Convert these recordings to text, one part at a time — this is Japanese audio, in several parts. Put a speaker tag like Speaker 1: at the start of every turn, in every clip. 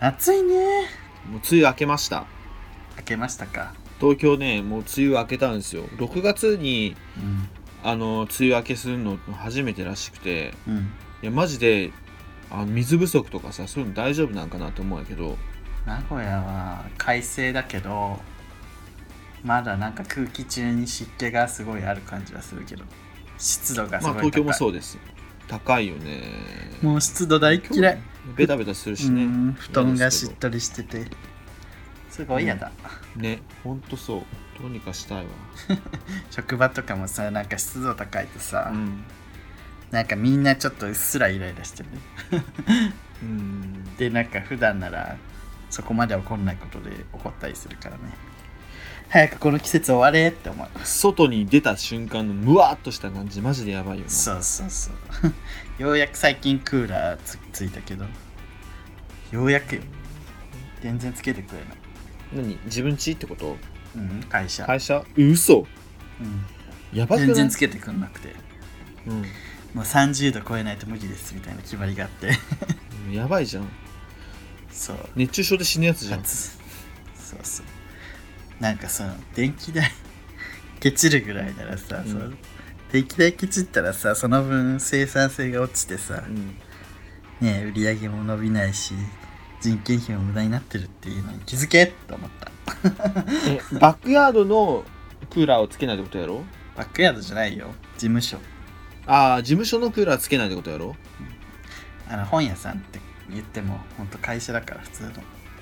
Speaker 1: 暑いね
Speaker 2: もう梅雨明けました
Speaker 1: 開けましたか
Speaker 2: 東京ねもう梅雨明けたんですよ6月に
Speaker 1: うん
Speaker 2: あの梅雨明けするの初めてらしくて
Speaker 1: うん
Speaker 2: いやマジであ水不足とかさそういうの大丈夫なんかなと思うんやけど
Speaker 1: 名古屋は快晴だけどまだなんか空気中に湿気がすごいある感じはするけど湿度がす
Speaker 2: ま
Speaker 1: ご
Speaker 2: あ
Speaker 1: い高い、
Speaker 2: 東京もそうです高いよね
Speaker 1: もう湿度大嫌い
Speaker 2: ベタベタするし
Speaker 1: う
Speaker 2: ね
Speaker 1: ん布団がしっ
Speaker 2: 嫌です
Speaker 1: とりしててすごい嫌だ、
Speaker 2: けどねほんとそうどうにかしたいわ
Speaker 1: 職場とかもさなんか湿度高いとさ、
Speaker 2: うん
Speaker 1: なんかみんなちょっとうっすらイライラしてる
Speaker 2: うん
Speaker 1: でなんか普段ならそこまで怒んないことで怒ったりするからね早くこの季節終われって思う
Speaker 2: 外に出た瞬間のムワーっとした感じマジでやばいよね
Speaker 1: そうそうそうようや く最近クーラーつついたけどようやくよ全然つけてくれない
Speaker 2: 何自分ちってこと
Speaker 1: うん会社、
Speaker 2: 会社嘘
Speaker 1: うん、
Speaker 2: やばくない
Speaker 1: 全然つけてくんなくて
Speaker 2: う
Speaker 1: もう30度超えないと無理ですみたいな決まりがあって
Speaker 2: んやばいじゃん
Speaker 1: そう
Speaker 2: 熱中症で死ぬやつじゃん
Speaker 1: 夏そうそうなんかその電気代 ケチるぐらいならさ、
Speaker 2: うん
Speaker 1: その電気代ケチったらさその分生産性が落ちてさ
Speaker 2: う、ん
Speaker 1: ねえ、売り上げも伸びないし人件費も無駄になってるっていうのに気づけと思った
Speaker 2: えバックヤードのクーラーをつけないってことやろ
Speaker 1: バックヤードじゃないよ事務所
Speaker 2: ああ事務所のクーラーつけないってことやろ
Speaker 1: あの本屋さんって言っても本当会社だから普通の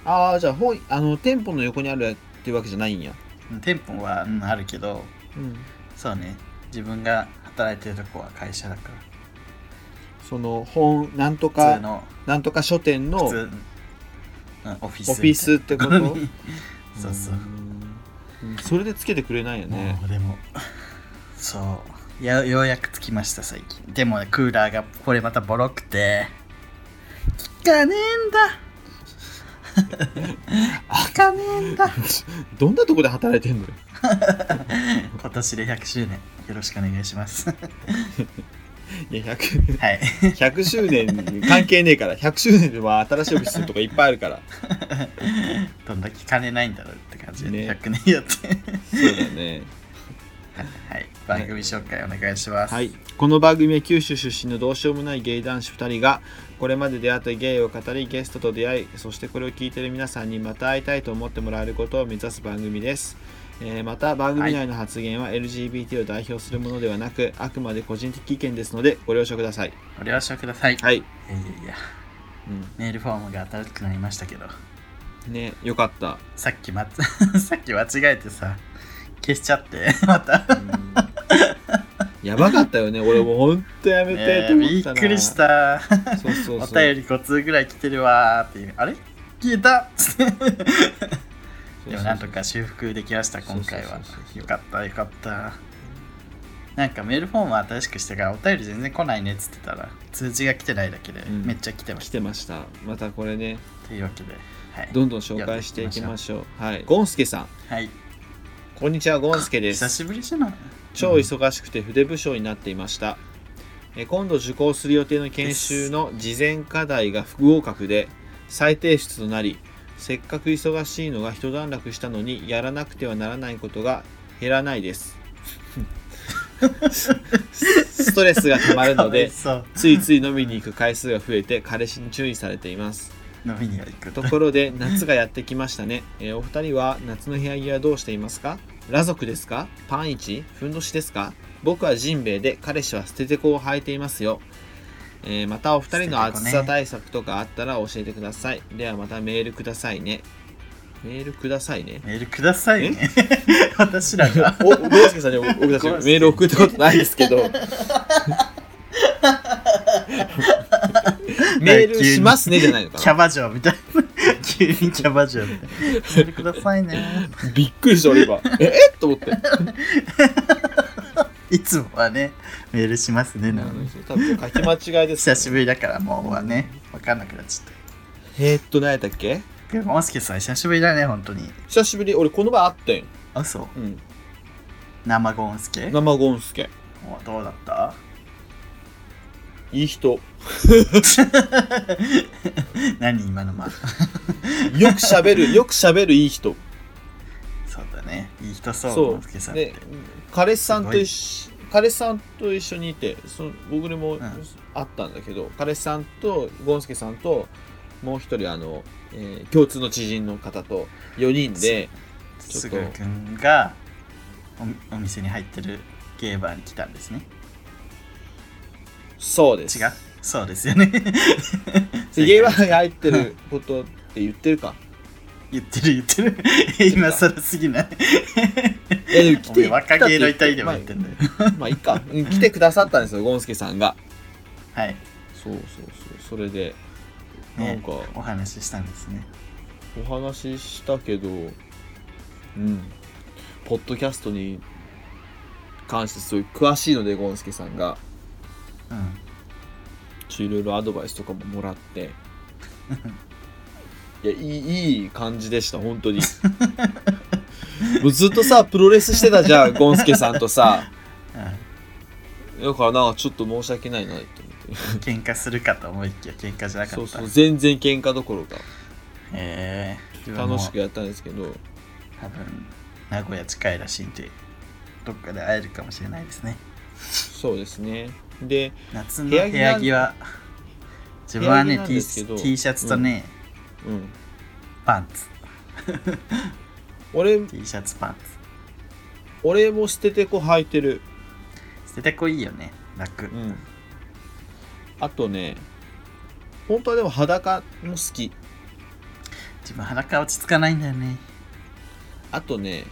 Speaker 2: ああじゃあ本あの店舗の横にあるっていうわけじゃないんや
Speaker 1: うん店舗は、うんあるけど
Speaker 2: うん
Speaker 1: そうね自分が働いてるとこは会社だか
Speaker 2: その本なんと
Speaker 1: ら普通
Speaker 2: か
Speaker 1: の
Speaker 2: なんとか書店の
Speaker 1: 普
Speaker 2: オフ
Speaker 1: 通のオフィス
Speaker 2: ィスってこと
Speaker 1: みたいな そうそう
Speaker 2: うんうんそれでつけてくれないよね
Speaker 1: もうでもそうやようやく着きました最近でもねクーラーがこれまたボロくて効かねえん だ効かねえんだ
Speaker 2: どんなとこで働いてんのよ
Speaker 1: 今年で100周年よろしくお願いします
Speaker 2: いや 100,
Speaker 1: はい
Speaker 2: 100周年関係ねえから100周年では新しいオフィスとかいっぱいあるから
Speaker 1: どんだけ金ないんだろうって感じで、
Speaker 2: ね
Speaker 1: 100年やって
Speaker 2: そうだね
Speaker 1: はい番組紹介お願いします、
Speaker 2: はい、この番組は九州出身のどうしようもないゲイ男子2人がこれまで出会ったゲイを語りゲストと出会いそしてこれを聞いている皆さんにまた会いたいと思ってもらえることを目指す番組です、えーまた番組内の発言は LGBT を代表するものではなく、あくまで個人的意見ですのでご了承ください
Speaker 1: ご了承ください、
Speaker 2: はい、
Speaker 1: いやいやいや
Speaker 2: う
Speaker 1: メールフォームが新しくなりましたけど
Speaker 2: ん、ねよかった、
Speaker 1: さっきまつ さっき間違えてさ消しちゃってまた
Speaker 2: うんやばかったよね俺もうほんとやめてと思
Speaker 1: び
Speaker 2: っ
Speaker 1: った
Speaker 2: な、
Speaker 1: くりした
Speaker 2: そうそう
Speaker 1: お
Speaker 2: そう
Speaker 1: 便り5通ぐらい来てるわーっていうあれ消えたでもなんとか修復できました今回
Speaker 2: そう
Speaker 1: は
Speaker 2: そうそうそう
Speaker 1: よかったよかったなんかメールフォームは新しくしてからお便り全然来ないねっつってたら通知が来てないだけで
Speaker 2: ん
Speaker 1: めっちゃ来てま
Speaker 2: 来
Speaker 1: した、
Speaker 2: てましたまたこれね
Speaker 1: というわけではい
Speaker 2: どんどん紹介していきましょう。はい。ゴンスケさん。
Speaker 1: はい
Speaker 2: こんにちは、ゴンスケで
Speaker 1: 久
Speaker 2: す。
Speaker 1: しぶりじゃない
Speaker 2: 超忙しくて筆部署になっていました。え今度受講する予定の研修の事前課題が不合格で再提出となり、せっかく忙しいのが一段落したのにやらなくてはならないことが減らないです。 ストレスがたまるの
Speaker 1: かわい
Speaker 2: で、
Speaker 1: そう
Speaker 2: ついつい飲みに行く回数が増えて彼氏に注意されています。
Speaker 1: 飲みには行く
Speaker 2: ところで夏がやってきましたね、えーお二人は夏の部屋着はどうしていますか裸族ですかパンイチふんどしですか僕はジンベエで彼氏は捨ててこを履いていますよ、えーまたお二人の
Speaker 1: 捨ててこ
Speaker 2: 暑
Speaker 1: ね
Speaker 2: さ対策とかあったら教えてください、ではまたメールくださいねメールくださいね
Speaker 1: メールくださいね 私 らが
Speaker 2: お、ゴースケさんに僕たち
Speaker 1: ゴースケ
Speaker 2: メール送ったことないですけどメールしますねじゃないのか
Speaker 1: キャ
Speaker 2: な
Speaker 1: バ嬢みたいな急にキャバ嬢みたいなメールくださいね
Speaker 2: びっくりした俺今ええと思って
Speaker 1: いつもはねメールしますねなのに
Speaker 2: 多分書き間違いです
Speaker 1: 久しぶりだからもうはね分かんなくなっちゃっ
Speaker 2: えーっと何やったっけ
Speaker 1: たでもモンスケさん久しぶりだね本当に
Speaker 2: 久しぶり俺この前会ってん、
Speaker 1: あそう
Speaker 2: うん、
Speaker 1: 生ゴンスケ
Speaker 2: 生ゴンスケ
Speaker 1: おどうだった
Speaker 2: いい人よ
Speaker 1: 何今のま
Speaker 2: くしゃ べるよくしゃべるいい人
Speaker 1: そうだねいい人そう
Speaker 2: そ
Speaker 1: 松木さ
Speaker 2: うん
Speaker 1: って
Speaker 2: で彼氏さんと一緒彼氏さんと一緒にいてその僕でも
Speaker 1: ん
Speaker 2: 会ったんだけど、彼氏さんとゴンスケさんともう一人あの、えー共通の知人の方と4人でちょっと
Speaker 1: すぐくんがおお店に入ってるゲーバーに来たんですね
Speaker 2: そうです
Speaker 1: 違うそうですよね
Speaker 2: でゲイバーに入ってることって言ってるか
Speaker 1: 言ってる言ってる 今更すぎない
Speaker 2: え来
Speaker 1: お前若気の痛いでも
Speaker 2: まあ
Speaker 1: 言ってんだよ
Speaker 2: まあいいかうん来てくださったんですよゴンスケさんが
Speaker 1: はい、
Speaker 2: そうそうそうそれでな
Speaker 1: ね
Speaker 2: んか、
Speaker 1: お話ししたんですね
Speaker 2: お話ししたけどうんポッドキャストに関してすごい詳しいのでゴンスケさんが
Speaker 1: うん
Speaker 2: ちょいろいろアドバイスとかももらって いやいいいい感じでした本当に もうずっとさプロレスしてたじ ゃんゴンスケさんとさだからなんかちょっと申し訳ないなと思っ
Speaker 1: うん、喧嘩するかと思いきや喧嘩じゃな
Speaker 2: て
Speaker 1: かった
Speaker 2: そうそう全然喧嘩どころか
Speaker 1: えー、
Speaker 2: 楽しく
Speaker 1: もう
Speaker 2: やったんですけど
Speaker 1: 多分名古屋近いらしいんでどっかで会えるかもしれないですね
Speaker 2: そうですねで
Speaker 1: 夏の部
Speaker 2: 部屋
Speaker 1: 屋
Speaker 2: 着
Speaker 1: 着
Speaker 2: なん
Speaker 1: は自分は
Speaker 2: 部
Speaker 1: ね
Speaker 2: 屋着なん
Speaker 1: T,
Speaker 2: ですけど
Speaker 1: T シャツとね、
Speaker 2: うん
Speaker 1: パンツ
Speaker 2: 俺
Speaker 1: T シャツパン
Speaker 2: 俺も捨ててこ履いてる
Speaker 1: ツ捨ててこいいよね楽
Speaker 2: うんあとね本当はでも裸も好き
Speaker 1: 自分裸落ち着かないんだよね
Speaker 2: あとね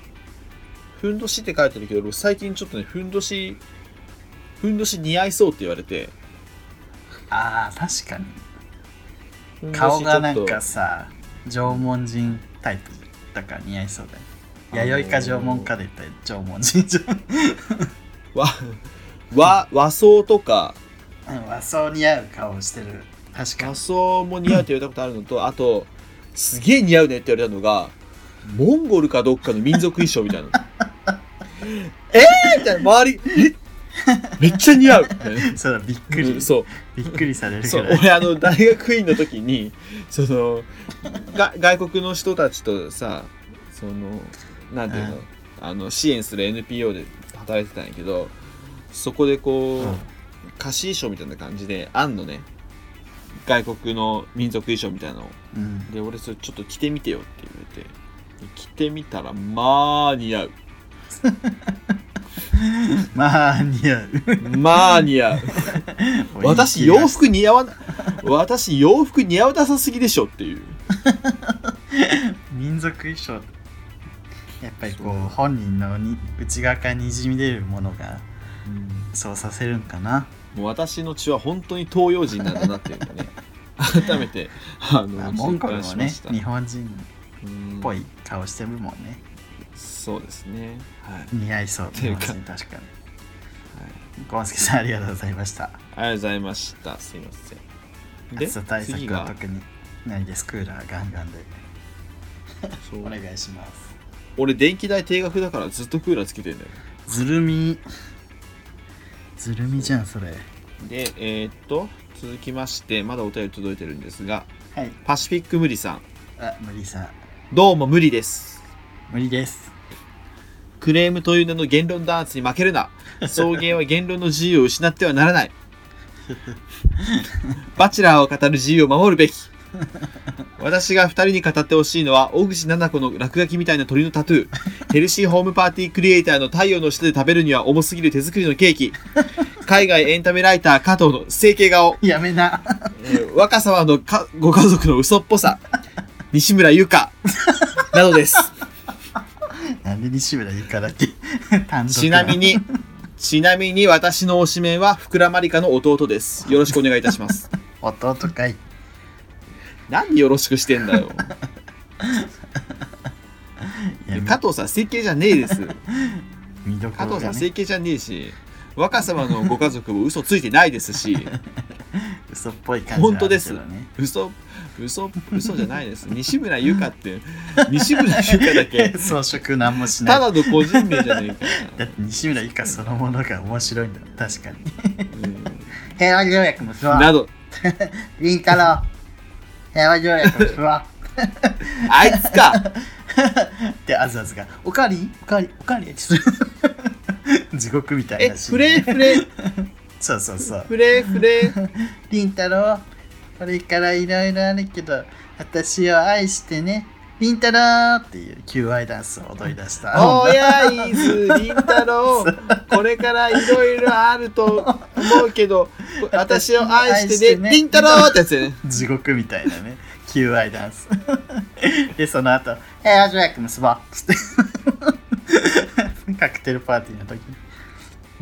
Speaker 2: ふんどしって書いてるけど俺最近ちょっとねふんどしふんどし似合いそうって言われて
Speaker 1: あー確か
Speaker 2: ふん
Speaker 1: に
Speaker 2: どし
Speaker 1: 顔がな
Speaker 2: ちょ
Speaker 1: ん
Speaker 2: っと
Speaker 1: かさ縄文人タイプだから似合いそうだよ
Speaker 2: あのー
Speaker 1: 弥生か縄文かで言ったら縄文人じゃん
Speaker 2: わ和和装とか
Speaker 1: うん和装似合う顔してる確か
Speaker 2: 和
Speaker 1: に
Speaker 2: 装も似合うって言われたことあるのとあとすげえ似合うねって言われたのがモンゴルかどっかの民族衣装みたいな えーみたいな周りえめっちゃ似合う みたいな
Speaker 1: そうだびっくり、
Speaker 2: うんそう
Speaker 1: びっくりされる
Speaker 2: そ
Speaker 1: ぐ
Speaker 2: う
Speaker 1: らい
Speaker 2: 俺あの大学院の時にそのが外国の人たちとさそのなんていうの,、
Speaker 1: うん
Speaker 2: あの支援する NPO で働いてたんやけどそこでこ
Speaker 1: う
Speaker 2: う、
Speaker 1: ん
Speaker 2: 貸し衣装みたいな感じであんのね外国の民族衣装みたいなのを
Speaker 1: うん
Speaker 2: で俺それちょっと着てみてよって言われて着てみたらまあ似合う
Speaker 1: まあ似合う
Speaker 2: まあ 似合う私洋
Speaker 1: 服
Speaker 2: 服似合わな私洋服似合わなさすぎでしょっていう
Speaker 1: 民族衣装やっぱりこう本人のに内側からにじみ出るものがそうさせるんかな
Speaker 2: もう私の血は本当に東洋人なんだなっていうのがね改めてあの、
Speaker 1: まあモンゴルも
Speaker 2: 実感
Speaker 1: ね
Speaker 2: しま
Speaker 1: 日
Speaker 2: した
Speaker 1: 本人っ
Speaker 2: うん
Speaker 1: ぽい顔してるもんね
Speaker 2: そうですねはいあり
Speaker 1: 似合いそう
Speaker 2: っていうか
Speaker 1: 日本人確かにゴンスケさんありがとうございました
Speaker 2: がとうございましたすいません
Speaker 1: 暑さ対
Speaker 2: 次
Speaker 1: 策は
Speaker 2: が
Speaker 1: 特にないですクーラーガンガンで
Speaker 2: そう
Speaker 1: お願いします
Speaker 2: 俺電気代定額だからずっとクーラーつけてんだよ
Speaker 1: ずるみずるみじゃんそれ
Speaker 2: でえーっと続きましてまだお便り届いてるんですが
Speaker 1: はい
Speaker 2: パシフィック無理さん
Speaker 1: あ無理さ
Speaker 2: どうも無理です
Speaker 1: 無理です
Speaker 2: クレームという名の言論弾圧に負けるな送迎は言論の自由を失ってはならないバチェラーを語る自由を守るべき私が2人に語ってほしいのは大口七子の落書きみたいな鳥のタトゥーヘルシーホームパーティークリエイターの太陽の下で食べるには重すぎる手作りのケーキ海外エンタメライター加藤の整形顔、
Speaker 1: やめな
Speaker 2: えー若様のかご家族の嘘っぽさ西村優香などです
Speaker 1: なんで西村ゆかだけ 単独
Speaker 2: ちなみに、ちなみに私の推しメンは福良まりかの弟です。よろしくお願いいたします。
Speaker 1: 弟かい
Speaker 2: なんでよろしくしてんだよ。
Speaker 1: やめ
Speaker 2: 加藤さん、整形じゃねえです。
Speaker 1: 見どこ
Speaker 2: 加
Speaker 1: ろ
Speaker 2: 藤さ
Speaker 1: がね
Speaker 2: ん、整形じゃねえし、若様のご家族も嘘ついてないですし、
Speaker 1: 嘘っぽい感じはあるけどね
Speaker 2: 嘘、嘘嘘じゃないです西村由香って西村由香だけ
Speaker 1: 装飾なんもしない
Speaker 2: ただの個人名じゃないか
Speaker 1: だって西村由香そのものが面白いんだ確 かに
Speaker 2: う
Speaker 1: 平和条約の不
Speaker 2: んな
Speaker 1: 安
Speaker 2: ど
Speaker 1: りんたろう平和条約の不 安
Speaker 2: あいつか
Speaker 1: であずあずが「おかわりおかわりおかわり」って 地獄みたい
Speaker 2: え
Speaker 1: なシーン
Speaker 2: フレフレ
Speaker 1: そうそうそう
Speaker 2: フレフレ
Speaker 1: りんたろうこれからいろいろあるけど私を愛してねりんたろうっていう求愛ダンスを踊り出した
Speaker 2: おやいずりんたろうこれからいろいろあると思うけど私を愛してねりんたろうってやつやね
Speaker 1: 地獄みたいなね求愛ダンス でその後「えー、条約結ぼう」つって カクテルパーティーの時に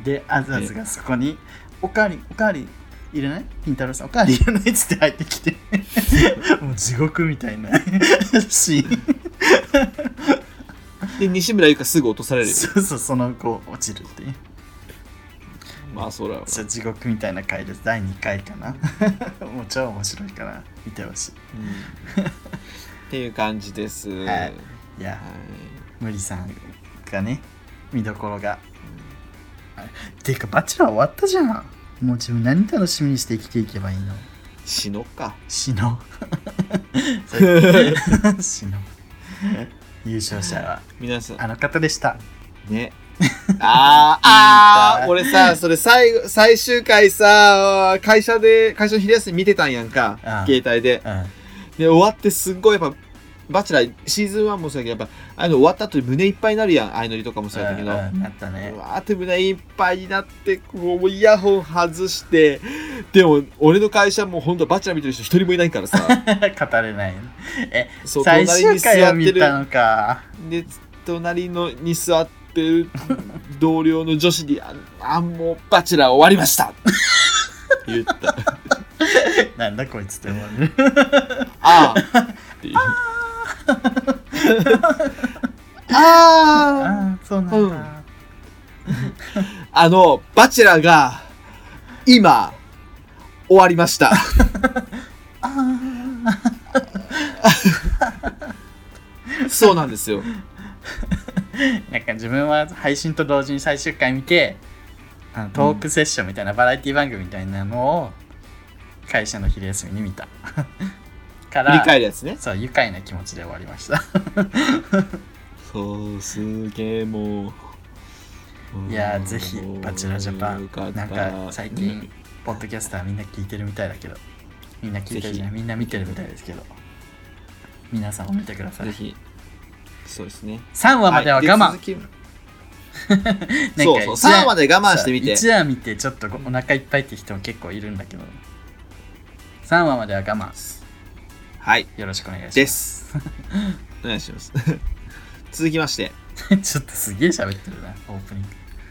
Speaker 1: であずあずがそこに「おかわりおかわりいらない金太郎さんおかわりいらない」っつって入ってきて もう地獄みたいなシーン
Speaker 2: で西村由香すぐ落とされるよ
Speaker 1: そうそうその後落ちるっていう
Speaker 2: まあそら
Speaker 1: そう地獄みたいな回です第2回かな もう超面白いから見てほし
Speaker 2: うんっていう感じです。
Speaker 1: い
Speaker 2: は
Speaker 1: はいいいや無理さんがね見どころが、あれていうかバチェラー終わったじゃんもう自分何楽しみにして生きていけばいいの
Speaker 2: 死のっか。
Speaker 1: 死の うそれ 死のう優勝者は
Speaker 2: 皆さ
Speaker 1: あの方でした
Speaker 2: ん。 ね。あーあー俺さ、それ最後、最終回さ、会社で、会社の昼休み見てたんやんか
Speaker 1: ああ、
Speaker 2: 携帯で。
Speaker 1: うん
Speaker 2: で、終わってすっごいやっぱ、バチェラー、シーズン1もそうやけど、やっぱ、ああいうの終わった後に胸いっぱいになるやん、ああいうのりとかもそうやったけど。
Speaker 1: うんうんなったね
Speaker 2: うわーって胸いっぱいになってこうイヤホン外してでも俺の会社もうほんとバチェラー見てる人一人もいないからさ
Speaker 1: 語れないえ
Speaker 2: そう
Speaker 1: 最
Speaker 2: 隣
Speaker 1: 終
Speaker 2: に座ってる
Speaker 1: 回を見たのか
Speaker 2: で隣のに座ってる同僚の女子に「ああもうバチェラー終わりました!」言った「
Speaker 1: なんだこいつって 思う
Speaker 2: ああ」 っていうああ
Speaker 1: ああそうなんだ、
Speaker 2: あのバチェラーが今終わりまし た
Speaker 1: ああ
Speaker 2: そうなんですよ
Speaker 1: なんか自分は配信と同時に最終回見てあのトークセッションみたいな、バラエティ番組みたいなのを会社の昼休みに見た か
Speaker 2: 振り
Speaker 1: ら
Speaker 2: 返るやつね
Speaker 1: そう愉快な気持ちで終わりました
Speaker 2: そうすげえもう
Speaker 1: いやーぜひバチェラージャパンなんか最近ポッドキャスターみんな聞いてるみたいだけどみんな聞いてるじゃ
Speaker 2: ぜ
Speaker 1: な
Speaker 2: ひ
Speaker 1: いみんな見てるみたいですけど皆さんも見てください
Speaker 2: ぜひそうですね
Speaker 1: 3話までは我慢、
Speaker 2: いで続きそうそう3まで我慢してみて
Speaker 1: 1話見てちょっとお腹いっぱいって人も結構いるんだけど3話までは我慢
Speaker 2: はい
Speaker 1: よろしくお願いします
Speaker 2: ですお願いします 続きまして
Speaker 1: ちょっとすげえ喋ってるなオープニング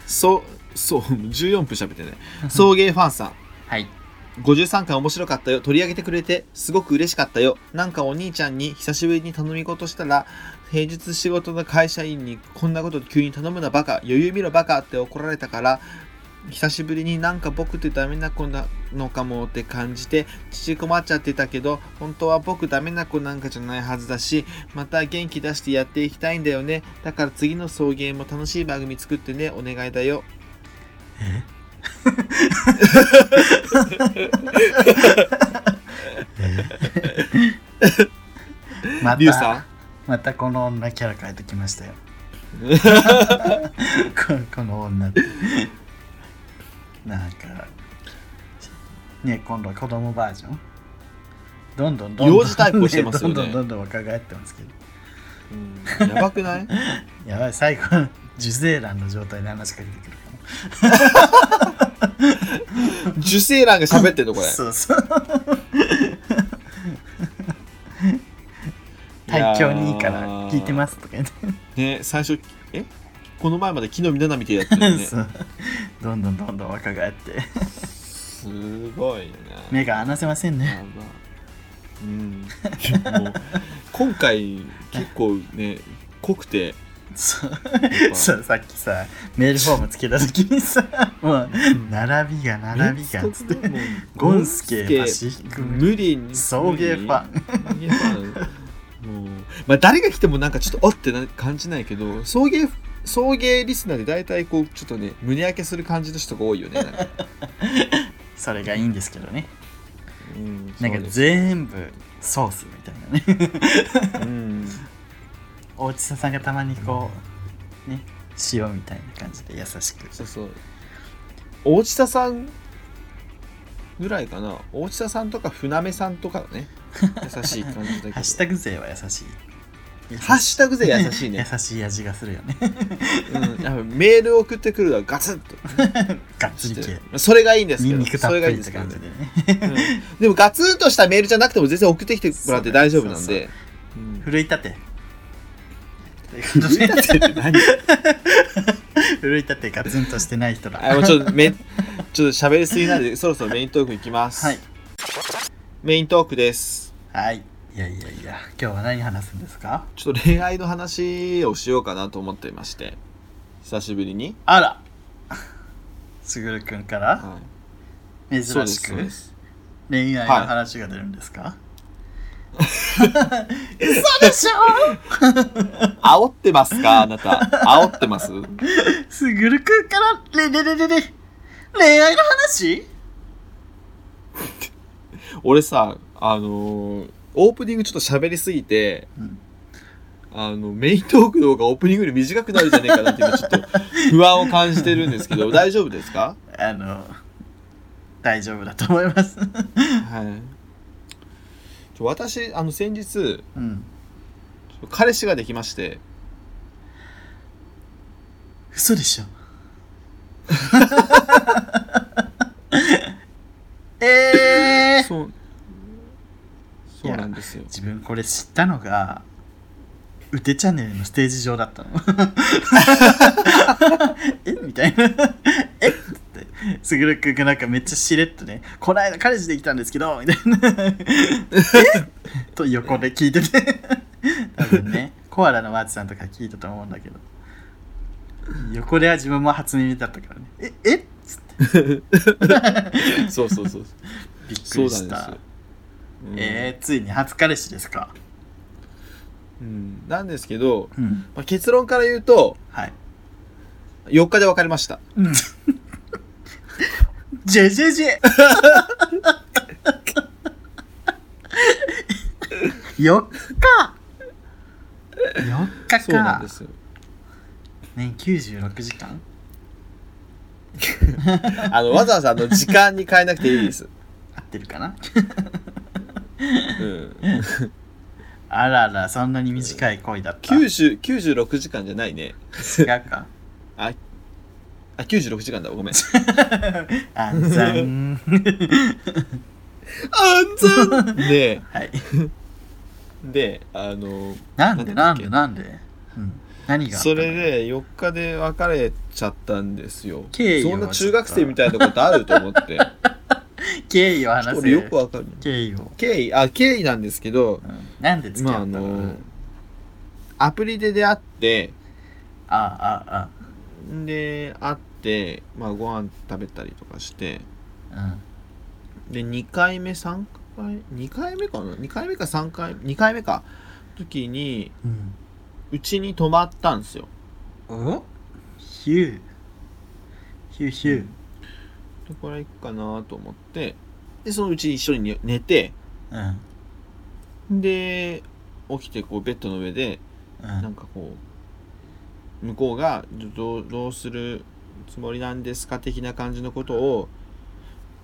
Speaker 2: そうそう14分喋ってね送迎ファンさん
Speaker 1: はい
Speaker 2: 53回面白かったよ取り上げてくれてすごく嬉しかったよなんかお兄ちゃんに久しぶりに頼み事したら平日仕事の会社員にこんなこと急に頼むなバカ余裕見ろバカって怒られたから久しぶりになんか僕ってダメな子なのかもって感じて縮こまっちゃってたけど本当は僕ダメな子なんかじゃないはずだしまた元気出してやっていきたいんだよねだから次の送迎も楽しい番組作ってねお願いだよ
Speaker 1: ま
Speaker 2: リュウさん
Speaker 1: たまたこの女キャラ変えてきま したよここの女ってなんかね今度は子供バージョンどんどんどんどん
Speaker 2: 幼児対抗してますよね
Speaker 1: どんどんどんどん若返ってますけど
Speaker 2: うんやばく ない
Speaker 1: やばい最後受精卵の状態で話しかけてくるかも
Speaker 2: 受精卵が喋ってんのこれ
Speaker 1: そうそう。体調にいいから聞いてますとか言って、
Speaker 2: すね最初えこの前まで木の実七みたいやってるよね
Speaker 1: そうどんどんどんどん若返って
Speaker 2: すごいよね
Speaker 1: 目が離せません
Speaker 2: や
Speaker 1: ね
Speaker 2: ばうんもう今回結構ね濃くて
Speaker 1: そう
Speaker 2: ぱ
Speaker 1: そうさっきさメールフォームつけた時にさもう並びが並びがつってゴンスケパシフィック
Speaker 2: 無理に
Speaker 1: 送迎ファン
Speaker 2: 送迎ファンもうまあ誰が来てもなんかちょっとおってな感じないけど送迎送迎リスナーで大体こうちょっとね胸焼けする感じの人が多いよねなんか
Speaker 1: それがいいんですけどね
Speaker 2: うん
Speaker 1: なん
Speaker 2: そう
Speaker 1: か
Speaker 2: です
Speaker 1: 全部ソースみたいなね
Speaker 2: うん
Speaker 1: 大地さんがたまにこうね塩みたいな感じで優しく
Speaker 2: そうそう大地田さんぐらいかな大地田さんとか船目さんとかね優しい感じだけ ど
Speaker 1: ハッシュタグ勢は優しい
Speaker 2: ハッシュタグ勢優しい ね、
Speaker 1: 優しい味がするよね
Speaker 2: うん、やっぱメール送ってくるのはガツッと
Speaker 1: がっつり
Speaker 2: し
Speaker 1: 系
Speaker 2: てそれがいいんです
Speaker 1: ニ
Speaker 2: け
Speaker 1: ン
Speaker 2: ど
Speaker 1: ニクたっ
Speaker 2: そ
Speaker 1: ぷ
Speaker 2: れがいい
Speaker 1: り
Speaker 2: ん
Speaker 1: っ
Speaker 2: で
Speaker 1: て
Speaker 2: すけど
Speaker 1: 感じ
Speaker 2: ね
Speaker 1: でね
Speaker 2: うんでもガツンとしたメールじゃなくても全然送ってきてもらって大丈夫なんでうん
Speaker 1: 奮い立て
Speaker 2: 奮い立てって何
Speaker 1: 奮い立てガツンとしてない人だ
Speaker 2: あもうちょっとめちょっと喋りすぎなんでそろそろメイントークいきます、
Speaker 1: はい
Speaker 2: メイントークです
Speaker 1: はいいやいやいや今日は何話すんですか
Speaker 2: ちょっと恋愛の話をしようかなと思っていまして久しぶりに、
Speaker 1: あらすぐるくんから
Speaker 2: は
Speaker 1: 珍
Speaker 2: い、そうで
Speaker 1: し
Speaker 2: すそうで
Speaker 1: く
Speaker 2: す
Speaker 1: 恋愛の話が出るんですか、嘘でしょ
Speaker 2: 煽ってますかあなた煽ってます
Speaker 1: すぐるくんからレレレレレ恋愛の話
Speaker 2: 俺さあのーオープニングちょっと喋りすぎて、
Speaker 1: うん
Speaker 2: あのメイントークの方がオープニングより短くなるんじゃねえかなって今ちょっと不安を感じてるんですけ ど大丈夫ですか
Speaker 1: あの大丈夫だと思います
Speaker 2: はいちょ私あの先日
Speaker 1: うん
Speaker 2: 彼氏ができまして
Speaker 1: 嘘でしょ えー、
Speaker 2: そうそうなんですよ
Speaker 1: 自分これ知ったのが「うてチャンネル」のステージ上だったの えみたいな「えっ?」ってすぐるくんがなんかめっちゃしれっとね「こないだ彼氏できたんですけど」みたいな「えと横で聞いてて多分ねコアラのマーチさんとか聞いたと思うんだけど横では自分も初耳だったからね「ええっ?」つって
Speaker 2: そうそうそう
Speaker 1: びっく
Speaker 2: そう
Speaker 1: り
Speaker 2: な
Speaker 1: し
Speaker 2: んです
Speaker 1: た
Speaker 2: よ、うん
Speaker 1: えー、ついに初彼氏ですか
Speaker 2: うんなんですけど、
Speaker 1: うん
Speaker 2: まあ、結論から言うと
Speaker 1: はい
Speaker 2: 4日で別れました
Speaker 1: ジェジェ ジェ !4 日 !4 日か
Speaker 2: そうなんですよ
Speaker 1: ね、96時間
Speaker 2: あのわざわざあの時間に変えなくていいです。
Speaker 1: 合ってるかな
Speaker 2: うん、
Speaker 1: あらら、そんなに短い恋だった。
Speaker 2: 90 96時間じゃないね。
Speaker 1: 違うか
Speaker 2: あ、96時間だ。ごめん。
Speaker 1: あんざ ん。
Speaker 2: 安全で、
Speaker 1: はい。
Speaker 2: で、あの、
Speaker 1: なんでな
Speaker 2: なんん
Speaker 1: で
Speaker 2: で
Speaker 1: なんで、うん、何があった
Speaker 2: そ
Speaker 1: の
Speaker 2: れで4日で別れちゃったんですよ。
Speaker 1: 経緯を
Speaker 2: そんな中学生みたいなことあると思って。
Speaker 1: 経緯を話せ
Speaker 2: 俺よくわかる。
Speaker 1: 経緯を、
Speaker 2: 経緯、あ、経緯なんですけど
Speaker 1: う、ん。なんで付き
Speaker 2: まあ、あ
Speaker 1: 合ったの、
Speaker 2: の、アプリで出会って、
Speaker 1: ああ
Speaker 2: で、会って、まあ、ご飯食べたりとかして、
Speaker 1: ああ。うん。
Speaker 2: で2回目3回2回目かな2回目か3回2回目か時に
Speaker 1: うん
Speaker 2: うちに泊まったんですよ
Speaker 1: おヒューヒューヒュー
Speaker 2: でこれ行くかなと思ってでそのうち一緒に寝て
Speaker 1: うん
Speaker 2: で起きてこうベッドの上で
Speaker 1: うん
Speaker 2: なんかこう向こうがどうどうするつもりなんですか的な感じのことを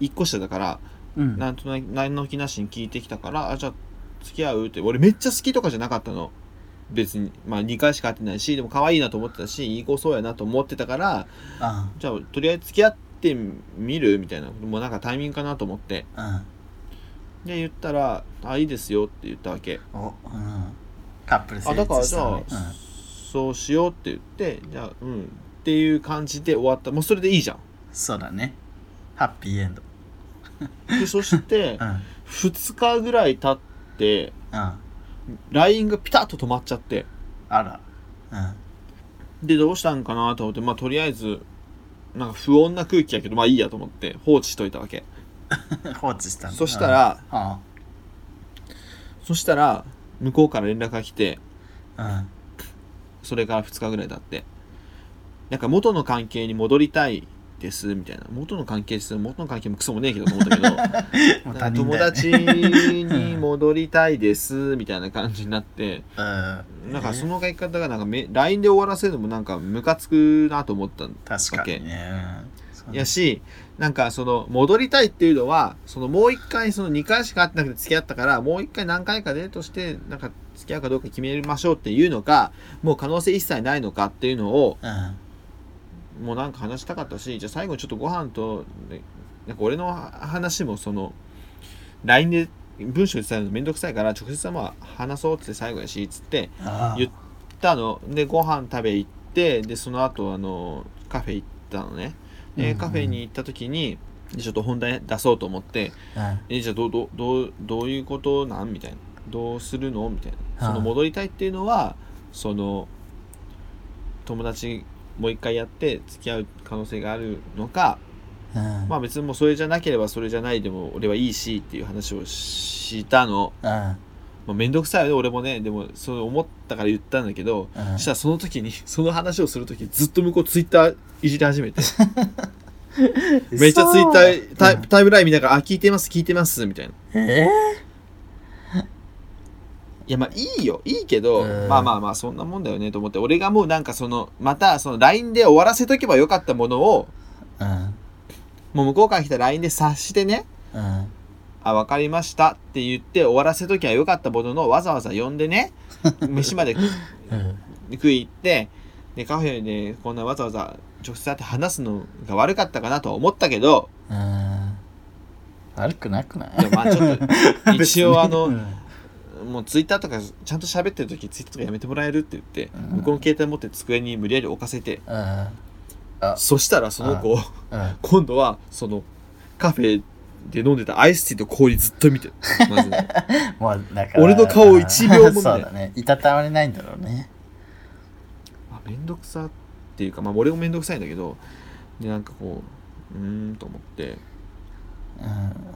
Speaker 2: 1個下だから
Speaker 1: うん
Speaker 2: なんとなく何の気なしに聞いてきたから、あ、じゃあ付き合うって、俺めっちゃ好きとかじゃなかったの。別に、まあ2回しか会ってないし、でも可愛いなと思ってたし、いい子そうやなと思ってたから、
Speaker 1: あ
Speaker 2: じゃあとりあえず付き合ってみるみたいな、もうなんかタイミングかなと思って。
Speaker 1: うん
Speaker 2: で、言ったら、あ、いいですよって言ったわけ。
Speaker 1: おうんカップル成
Speaker 2: あ、だから
Speaker 1: 立し
Speaker 2: じ
Speaker 1: た
Speaker 2: ゃあ
Speaker 1: ね、
Speaker 2: そうしようって言って、じゃあ、うん。っていう感じで終わった。もうそれでいいじゃん。
Speaker 1: うんそうだねハッピーエンド
Speaker 2: で、そし て
Speaker 1: う、んうん
Speaker 2: 2日ぐらい経って、
Speaker 1: あ
Speaker 2: LINE がピタッと止まっちゃって、
Speaker 1: らうん
Speaker 2: でどうしたんかなと思ってまあとりあえずなんか不穏な空気やけどまあいいやと思って放置しといたわけ
Speaker 1: 放置したんだ
Speaker 2: そした、ら
Speaker 1: うんあ
Speaker 2: そしたら向こうから連絡が来て
Speaker 1: あうん
Speaker 2: それから2日ぐらい経ってなんか元の関係に戻りたいですみたいな元の関係です元の関係もクソもねえけどと思ったけ ど
Speaker 1: もう
Speaker 2: な
Speaker 1: 他
Speaker 2: んか
Speaker 1: 人
Speaker 2: 友
Speaker 1: だよ、ね、
Speaker 2: 達に戻りたいですみたいな感じにな って
Speaker 1: うん
Speaker 2: なんかその書き方がなんかめ LINE で終わらせるのもなんかムカつくなと思ったん
Speaker 1: 確かにね、うん
Speaker 2: やしなんかその戻りたいっていうのはそのもう一回その2回しか会ってなくて付き合ったからもう一回何回かデートしてなんか付き合うかどうか決めましょうっていうのかもう可能性一切ないのかっていうのを
Speaker 1: うん
Speaker 2: もうなんか話したかったしじゃあ最後にちょっとご飯とねなんか俺の話もその LINE で文章で伝えるのめんどくさいから直接はまあ話そうっつって最後やしっつって
Speaker 1: ああ
Speaker 2: 言ったのでご飯食べ行ってでその後あのカフェ行ったのね
Speaker 1: うん
Speaker 2: で
Speaker 1: うん
Speaker 2: カフェに行った時にでちょっと本題出そうと思って
Speaker 1: うん
Speaker 2: 「えじゃあどうどうどうどういうことなん?」みたいな「どうするの?」みたいな
Speaker 1: は
Speaker 2: そ
Speaker 1: い
Speaker 2: の戻りたいっていうのはその友達もう一回やって付き合う可能性があるのか
Speaker 1: うん
Speaker 2: まあ別にもうそれじゃなければそれじゃないでも俺はいいしっていう話をしたの
Speaker 1: うん
Speaker 2: まあ面倒くさいよね俺もねでもそう思ったから言ったんだけど
Speaker 1: うん
Speaker 2: そしたらその時に その話をする時ずっと向こうツイッターいじり始めてめっちゃツイッタータイタイムライン見ながら「あ聞いてます聞いてます」みたいな
Speaker 1: そうえ
Speaker 2: いやまあいいよいいけど、
Speaker 1: うん
Speaker 2: まあまあまあそんなもんだよねと思って俺がもうなんかそのまたその LINE で終わらせとけばよかったものを
Speaker 1: ー
Speaker 2: もう向こうから来た LINE で察してね
Speaker 1: うんうん
Speaker 2: 「あ分かりました」って言って終わらせときゃよかったもののわざわざ呼ん でね飯まで
Speaker 1: うん
Speaker 2: 食い行ってでカフェでこんなわざわざ直接会って話すのが悪かったかなとは思ったけど
Speaker 1: うん悪くなくない
Speaker 2: でもまあちょっと 一応あ
Speaker 1: う
Speaker 2: の
Speaker 1: ん
Speaker 2: もうツイッターとかちゃんと喋ってる時ツイッターとかやめてもらえるって言って
Speaker 1: うん
Speaker 2: 向こうの携帯持って机に無理やり置かせて
Speaker 1: うん
Speaker 2: そしたらその子
Speaker 1: うん
Speaker 2: 今度はそのカフェで飲んでたアイスティーと氷ずっと見てるま ずね
Speaker 1: もうだから
Speaker 2: 俺の顔1秒も見ない
Speaker 1: そうだねいたたまれないんだろうね
Speaker 2: あめんどくさっていうかまあ俺もめんどくさいんだけどでなんかこううーんと思って
Speaker 1: うん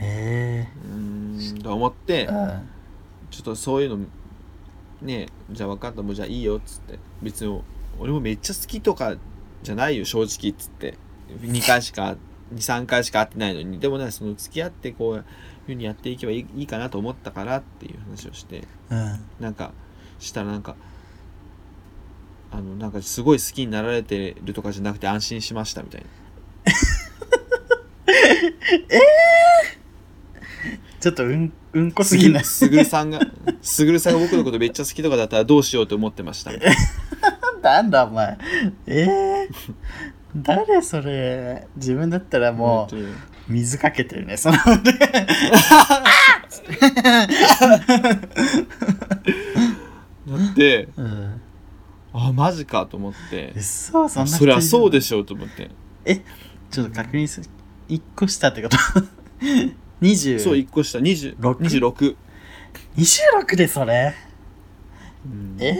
Speaker 1: え
Speaker 2: うーんと思って
Speaker 1: えうん
Speaker 2: ちょっとそういうのねじゃあ分かったもうじゃあいいよっつって別に俺もめっちゃ好きとかじゃないよ正直っつって2回しか23回しか会ってないのにでもねその付き合ってこういうふうにやっていけばいいいいかなと思ったからっていう話をして
Speaker 1: うん
Speaker 2: なんかしたらなんかあのなんかすごい好きになられてるとかじゃなくて安心しましたみたいな
Speaker 1: ちょっとうんうんこすぎない
Speaker 2: すぐるさ んがすぐるさんが僕のことめっちゃ好きとかだったらどうしようと思ってましたみたいな
Speaker 1: なんだお前ええ誰それ自分だったらも
Speaker 2: 本当に
Speaker 1: う水かけてるねその
Speaker 2: だって
Speaker 1: うん
Speaker 2: あマジかと思って
Speaker 1: うそそんな人
Speaker 2: そりゃそう
Speaker 1: いる
Speaker 2: でしょうと思って
Speaker 1: ちょっと確認する1個下ってこと20
Speaker 2: そう1個下20 26、
Speaker 1: 26でそれ
Speaker 2: うん
Speaker 1: ええ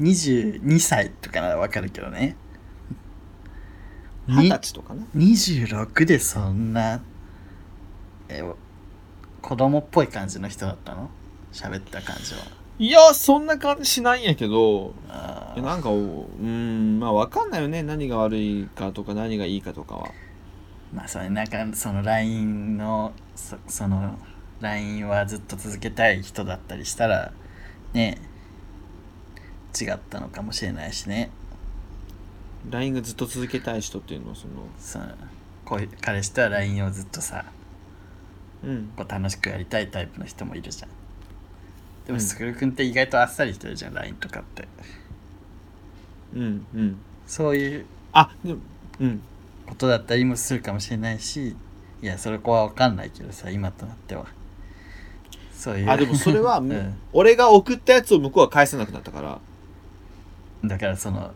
Speaker 1: 22歳とかならわかるけどね
Speaker 2: 二十歳とかな
Speaker 1: 26でそんなえ子供っぽい感じの人だったの喋った感じはい
Speaker 2: やそんな感じしないんやけど
Speaker 1: あ
Speaker 2: い
Speaker 1: ー
Speaker 2: やなんかうんまあ分かんないよね何が悪いかとか何がいいかとかは
Speaker 1: まあそれなんかその LINE のそその LINE はずっと続けたい人だったりしたらね違ったのかもしれないしね
Speaker 2: LINE がずっと続けたい人っていうのはその
Speaker 1: そのこういう彼氏とは LINE をずっとさ
Speaker 2: うん
Speaker 1: こう楽しくやりたいタイプの人もいるじゃんで
Speaker 2: う
Speaker 1: も
Speaker 2: ん
Speaker 1: すくるくんって意外とあっさりしてるじゃん LINE とかって
Speaker 2: うんうん
Speaker 1: そういう
Speaker 2: あでもうん
Speaker 1: ことだったりもするかもしれないしいやそれこは分かんないけどさ今となってはそういう
Speaker 2: あでもそれは、
Speaker 1: うん
Speaker 2: 俺が送ったやつを向こうは返さなくなったから
Speaker 1: だからその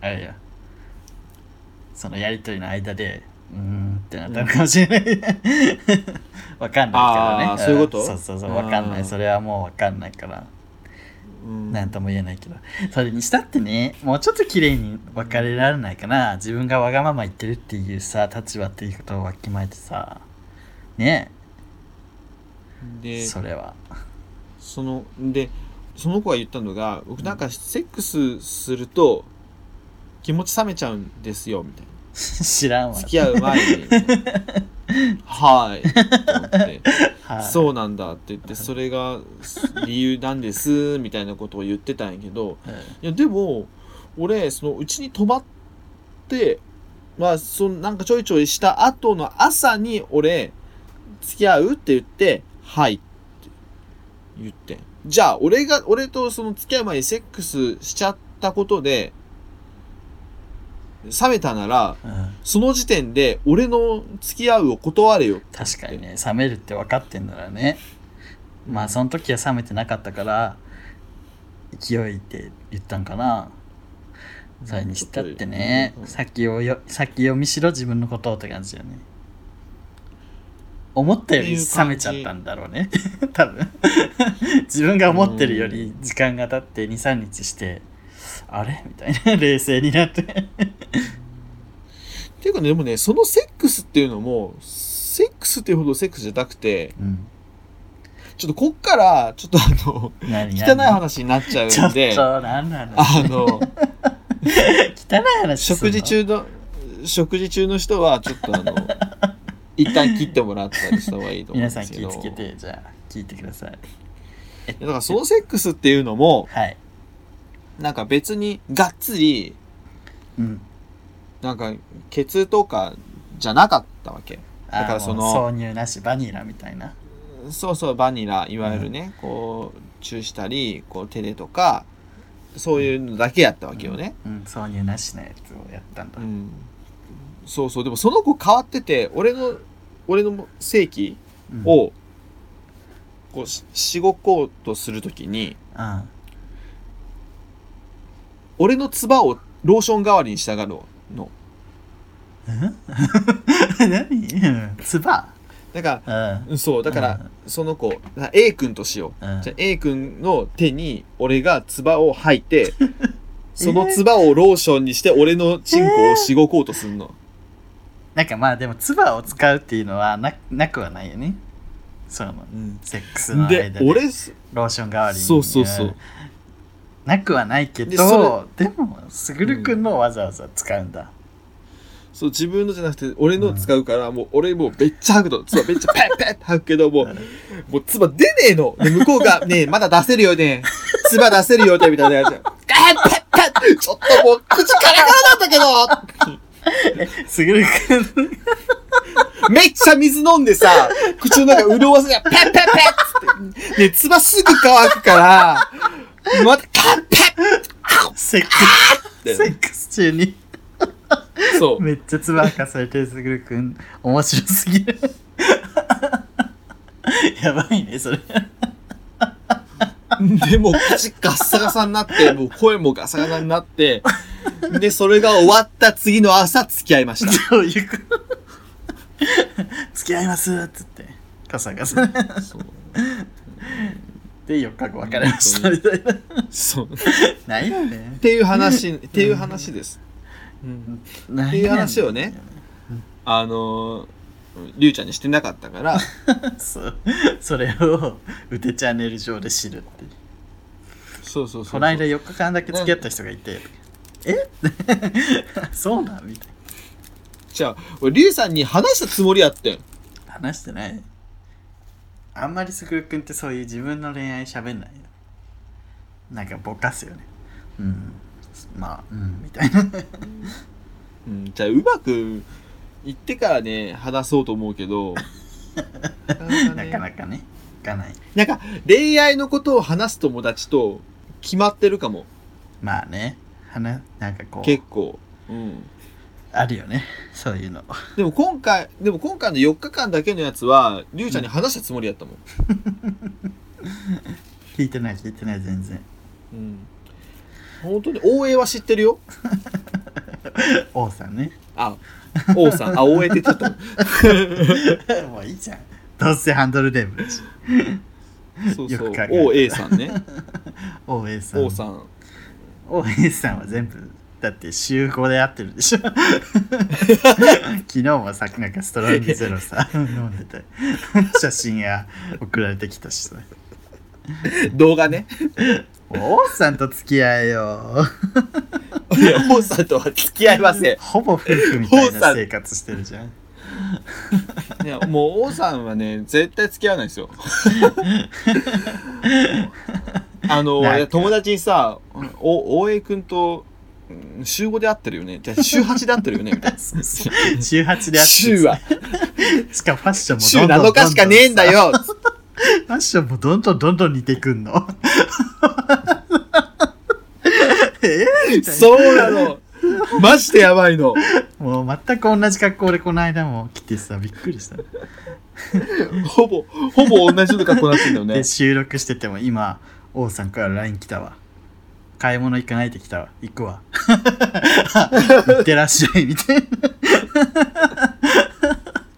Speaker 1: あれやそのやりとりの間でうーんってなったのかもしれない、 わかんないけどね
Speaker 2: あーそういうこと
Speaker 1: んそうそうそうわかんな
Speaker 2: あー
Speaker 1: いそれはもうわかんないから
Speaker 2: うん
Speaker 1: なんとも言えないけどそれにしたってねもうちょっと綺麗に別れられないかな自分がわがまま言ってるっていうさ立場っていうことをわきまえてさね
Speaker 2: で
Speaker 1: えそれは
Speaker 2: そのでその子が言ったのが僕なんかセックスすると気持ち冷めちゃうんですよみたいな
Speaker 1: 知らんわ
Speaker 2: 付き合う前にはいと思って
Speaker 1: はい
Speaker 2: そうなんだって言ってそれが理由なんですみたいなことを言ってたんやけどいやでも俺そのうちに泊まってまあそのなんかちょいちょいした後の朝に俺付き合うって言って「はい」って言ってじゃあ俺が俺とその付き合う前にセックスしちゃったことで冷めたなら
Speaker 1: うん、うん
Speaker 2: その時点で俺の付き合うを断れよ
Speaker 1: 確かにね冷めるって分かってんならねまあその時は冷めてなかったから勢いって言ったんかなそれにしたってね
Speaker 2: うん
Speaker 1: 先をよ先読みしろ自分のことをって感じだよね思ったより冷めちゃったんだろうね 多分自分が思ってるより時間が経って23日してあれみたいな冷静になって
Speaker 2: っていうかねでもねそのセックスっていうのもセックスっていうほどセックスじゃなくて
Speaker 1: うん
Speaker 2: ちょっとこっからちょっとあの
Speaker 1: 何
Speaker 2: 汚い
Speaker 1: 何
Speaker 2: 話になっちゃ
Speaker 1: ちょ
Speaker 2: うん
Speaker 1: っ
Speaker 2: で、
Speaker 1: と何なの
Speaker 2: あ の、
Speaker 1: 汚い話すん
Speaker 2: 食
Speaker 1: の
Speaker 2: 事中の、食事中の人は、ちょっとあ の、一旦切ってもらったりした方がいいと思う
Speaker 1: 皆
Speaker 2: んで
Speaker 1: さん
Speaker 2: すけ
Speaker 1: 気
Speaker 2: ど。
Speaker 1: をつけてじゃあ聞いてください
Speaker 2: だから、そのセックスっていうのも、
Speaker 1: はい
Speaker 2: なんか別に、がっつり、
Speaker 1: うん
Speaker 2: なんか、ケツとかじゃなかったわけ。
Speaker 1: あ
Speaker 2: だからその
Speaker 1: もう挿入なしバニラみたいな
Speaker 2: そうそう、バニラ、いわゆるね、こう、チューしたり、こう、手でとか、そういうのだけやったわけよね。
Speaker 1: うん挿入なしのやつをやったんだ、
Speaker 2: うん。そうそう、でもその子変わってて、俺の、俺の正規、
Speaker 1: うんうん
Speaker 2: をこうししごこうとするときに
Speaker 1: あ
Speaker 2: 俺の唾をローション代わりにしたがるの
Speaker 1: 何うんつば
Speaker 2: だか
Speaker 1: うん
Speaker 2: らそうだからその子だから A 君としよ
Speaker 1: う
Speaker 2: うんじゃあ A 君の手に俺が唾を吐い てその唾をローションにして俺のチンコをしごこうとするの、
Speaker 1: なんかまあでもつばを使うっていうのはななくはないよねその
Speaker 2: うん
Speaker 1: セックスの間
Speaker 2: で
Speaker 1: で
Speaker 2: 俺す
Speaker 1: ローション代わりに
Speaker 2: そうそうそうん
Speaker 1: なくはないけ
Speaker 2: で
Speaker 1: ど
Speaker 2: そ
Speaker 1: でもすぐるくんのをわざわざ使うんだ、
Speaker 2: そう自分のじゃなくて俺の使うから、もう俺もうめっちゃ吐くの唾めっちゃペッペッって吐くけどもうもう唾出ねえので向こうが「 ねえまだ出せるよね唾出せるよね」みたいなやつ「ペッペッペッちょっともう口カラカラなんだけ
Speaker 1: すぐるくん
Speaker 2: どめっちゃ水飲んでさ口の中潤わせてペッペッペッつってねえ唾すぐ乾くからまたペッペ
Speaker 1: セック
Speaker 2: て
Speaker 1: ス、セックス中に
Speaker 2: ッそう
Speaker 1: めっちゃつば明かされてるすぐるくん、面白すぎる。 やばいね、それ。
Speaker 2: でもう口ガッサガサになって、もう声もガサガサになって、で、それが終わった次の朝付き合いました。
Speaker 1: どういうこと付き合いますっつって、カサカサ。
Speaker 2: そう。
Speaker 1: で、4日後別れましたみたいな。
Speaker 2: っ
Speaker 1: ないよね。
Speaker 2: ていう話、っていう話です。
Speaker 1: っ
Speaker 2: っていう話をね。あのー、りゅうちゃんにしてなかったから、
Speaker 1: そう。それを、うてチャンネル上で知るっていう。
Speaker 2: そうそうそう。
Speaker 1: この間4日間だけ付き合った人がいて、え そうなんみたい
Speaker 2: じゃあ、俺、りゅうさんに話したつもりやってん。
Speaker 1: な。話してない。あんまりすぐるくんってそういう自分の恋愛喋んないよ。なんかぼかすよね。うん。まあ、うん、みたいな。
Speaker 2: うん、じゃあ、うまくいってからね、話そうと思うけど、 なかなか
Speaker 1: な
Speaker 2: ね
Speaker 1: かなかね、いかない。
Speaker 2: なんか恋愛のことを話す友達と決まってるかも
Speaker 1: まあね、話、なんかこう
Speaker 2: 結、構、うん、
Speaker 1: あるよね。そういうの。
Speaker 2: でも今回でも今回の4日間だけのやつはりゅうちゃんに話したつもりやったもん、
Speaker 1: 聞いてない、聞いてない、全然。
Speaker 2: うん、本当に大江は知ってるよ
Speaker 1: 王さんね。
Speaker 2: あ王さんあ大江って言っちゃっ
Speaker 1: もういいじゃん。どうせハンドルネームだし。
Speaker 2: た そうそ
Speaker 1: よ
Speaker 2: う
Speaker 1: く考えた
Speaker 2: 王 A さんね
Speaker 1: 大江さん
Speaker 2: 王さん
Speaker 1: 大江さんは全部だって週5で合ってるで しょ昨日もさなんかストロングゼロさ飲んでて写真や送られてきたしさ
Speaker 2: 動画ね
Speaker 1: 王さんと付き合えよ
Speaker 2: いや王さんとは付き合いません
Speaker 1: ほぼ夫婦みたい
Speaker 2: 王さ
Speaker 1: なん生活してるじゃん
Speaker 2: いやもう王さんはね絶対付き合わない ですよあの
Speaker 1: なんか
Speaker 2: 友達にさ「お大江君とうん週5で会ってるよね」じゃあ週8で会ってるよね」みたいな。
Speaker 1: そうそう週8で合って
Speaker 2: 週
Speaker 1: る
Speaker 2: は
Speaker 1: しかもファッションも
Speaker 2: 週
Speaker 1: どんどんど
Speaker 2: 7
Speaker 1: んどん
Speaker 2: 日しかねえんだよ
Speaker 1: ファッションもどんどんどんどん似てくんのえみたいな
Speaker 2: そうなのマジでやばいの
Speaker 1: もう全く同じ格好でこの間も来てさびっくりした、
Speaker 2: ほぼほぼ同じような格好になってんだよね
Speaker 1: で収録してても今王さんから LINE 来たわ買い物行かないで来たわ行くわ行ってらっしゃいみたいな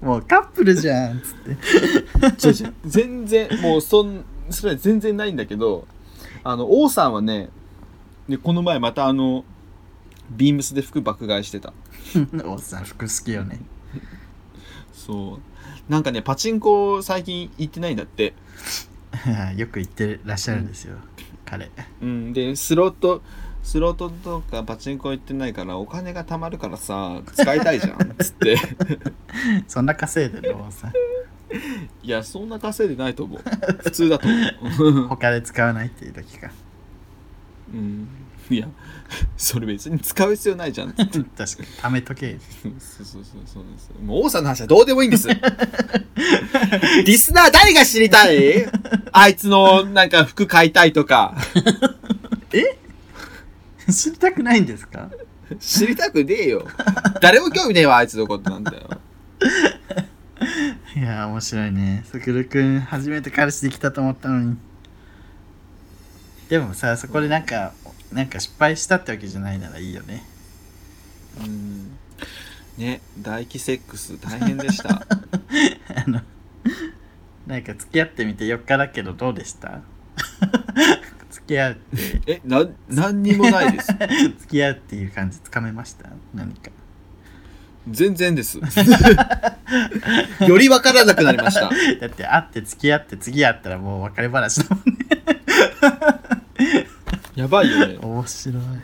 Speaker 1: もうカップルじゃんっつって
Speaker 2: 違う違う全然もうそんそれは全然ないんだけどあの王さんはねでこの前またあのビームスで服爆買いしてた
Speaker 1: 王さん服好きよね
Speaker 2: そうなんかねパチンコ最近行ってないんだって、
Speaker 1: よく行ってらっしゃるんですよ、彼
Speaker 2: うん、でスロットスロットとかパチンコ行ってないからお金が貯まるからさ使いたいじゃんっつって
Speaker 1: そんな稼いでる王さん
Speaker 2: いやそんな稼いでないと思う普通だと 思う
Speaker 1: 他で使わないっていう時か
Speaker 2: うんいやそれ別に使う必要ないじゃんって
Speaker 1: 確かに貯めとけ
Speaker 2: そうそうそうそうですもう王さんの話はどうでもいいんです リスナー誰が知りたいあいつのなんか服買いたいとか
Speaker 1: 知りたくないんですか
Speaker 2: 知りたくねえよ誰も興味ねえわあいつのことなんだよ
Speaker 1: いやー面白いねさくるくん初めて彼氏できたと思ったのにでもさそこでなんかなんか失敗したってわけじゃないならいいよね
Speaker 2: うんね大気セックス大変でした
Speaker 1: あのなんか付き合ってみて4日だけどどうでした 付き合うって
Speaker 2: えな何にもないです
Speaker 1: 付き合うっていう感じつかめました何か
Speaker 2: 全然 ですよりわからなくなりました
Speaker 1: だって会って付き合って次会ったらもう別れ話だもんね
Speaker 2: やばいよね
Speaker 1: 面白い
Speaker 2: ウ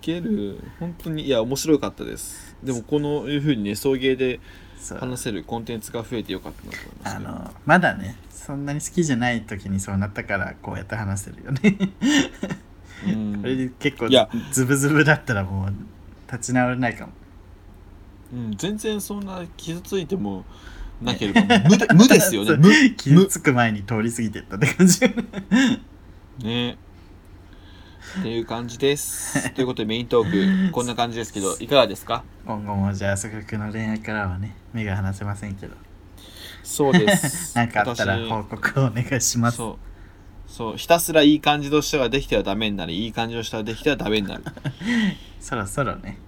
Speaker 2: ケる本当にいや面白かったですでもこのいうふうにね送迎で
Speaker 1: そう
Speaker 2: 話せるコンテンツが増えてよかったなと思います
Speaker 1: あ
Speaker 2: けど
Speaker 1: のまだねそんなに好きじゃない時にそうなったからこうやって話せるよね
Speaker 2: うん
Speaker 1: これで結構
Speaker 2: いや
Speaker 1: ズブズブだったらもう立ち直れないかも
Speaker 2: うん、全然そんな傷ついてもなけれ ば無で無ですよね
Speaker 1: そう
Speaker 2: 無
Speaker 1: 傷つく前に通り過ぎてったって感じ
Speaker 2: ねっていう感じです。ということでメイントークこんな感じです けどいかがですか
Speaker 1: 今後もじゃあ佐久君の恋愛からはね目が離せませんけど
Speaker 2: そうです。
Speaker 1: 何かあったら
Speaker 2: 私
Speaker 1: 報告をお願いします
Speaker 2: そうそうひたすらいい感じの人ができてはダメになりいい感じの人ができてはダメになる、
Speaker 1: そろそろね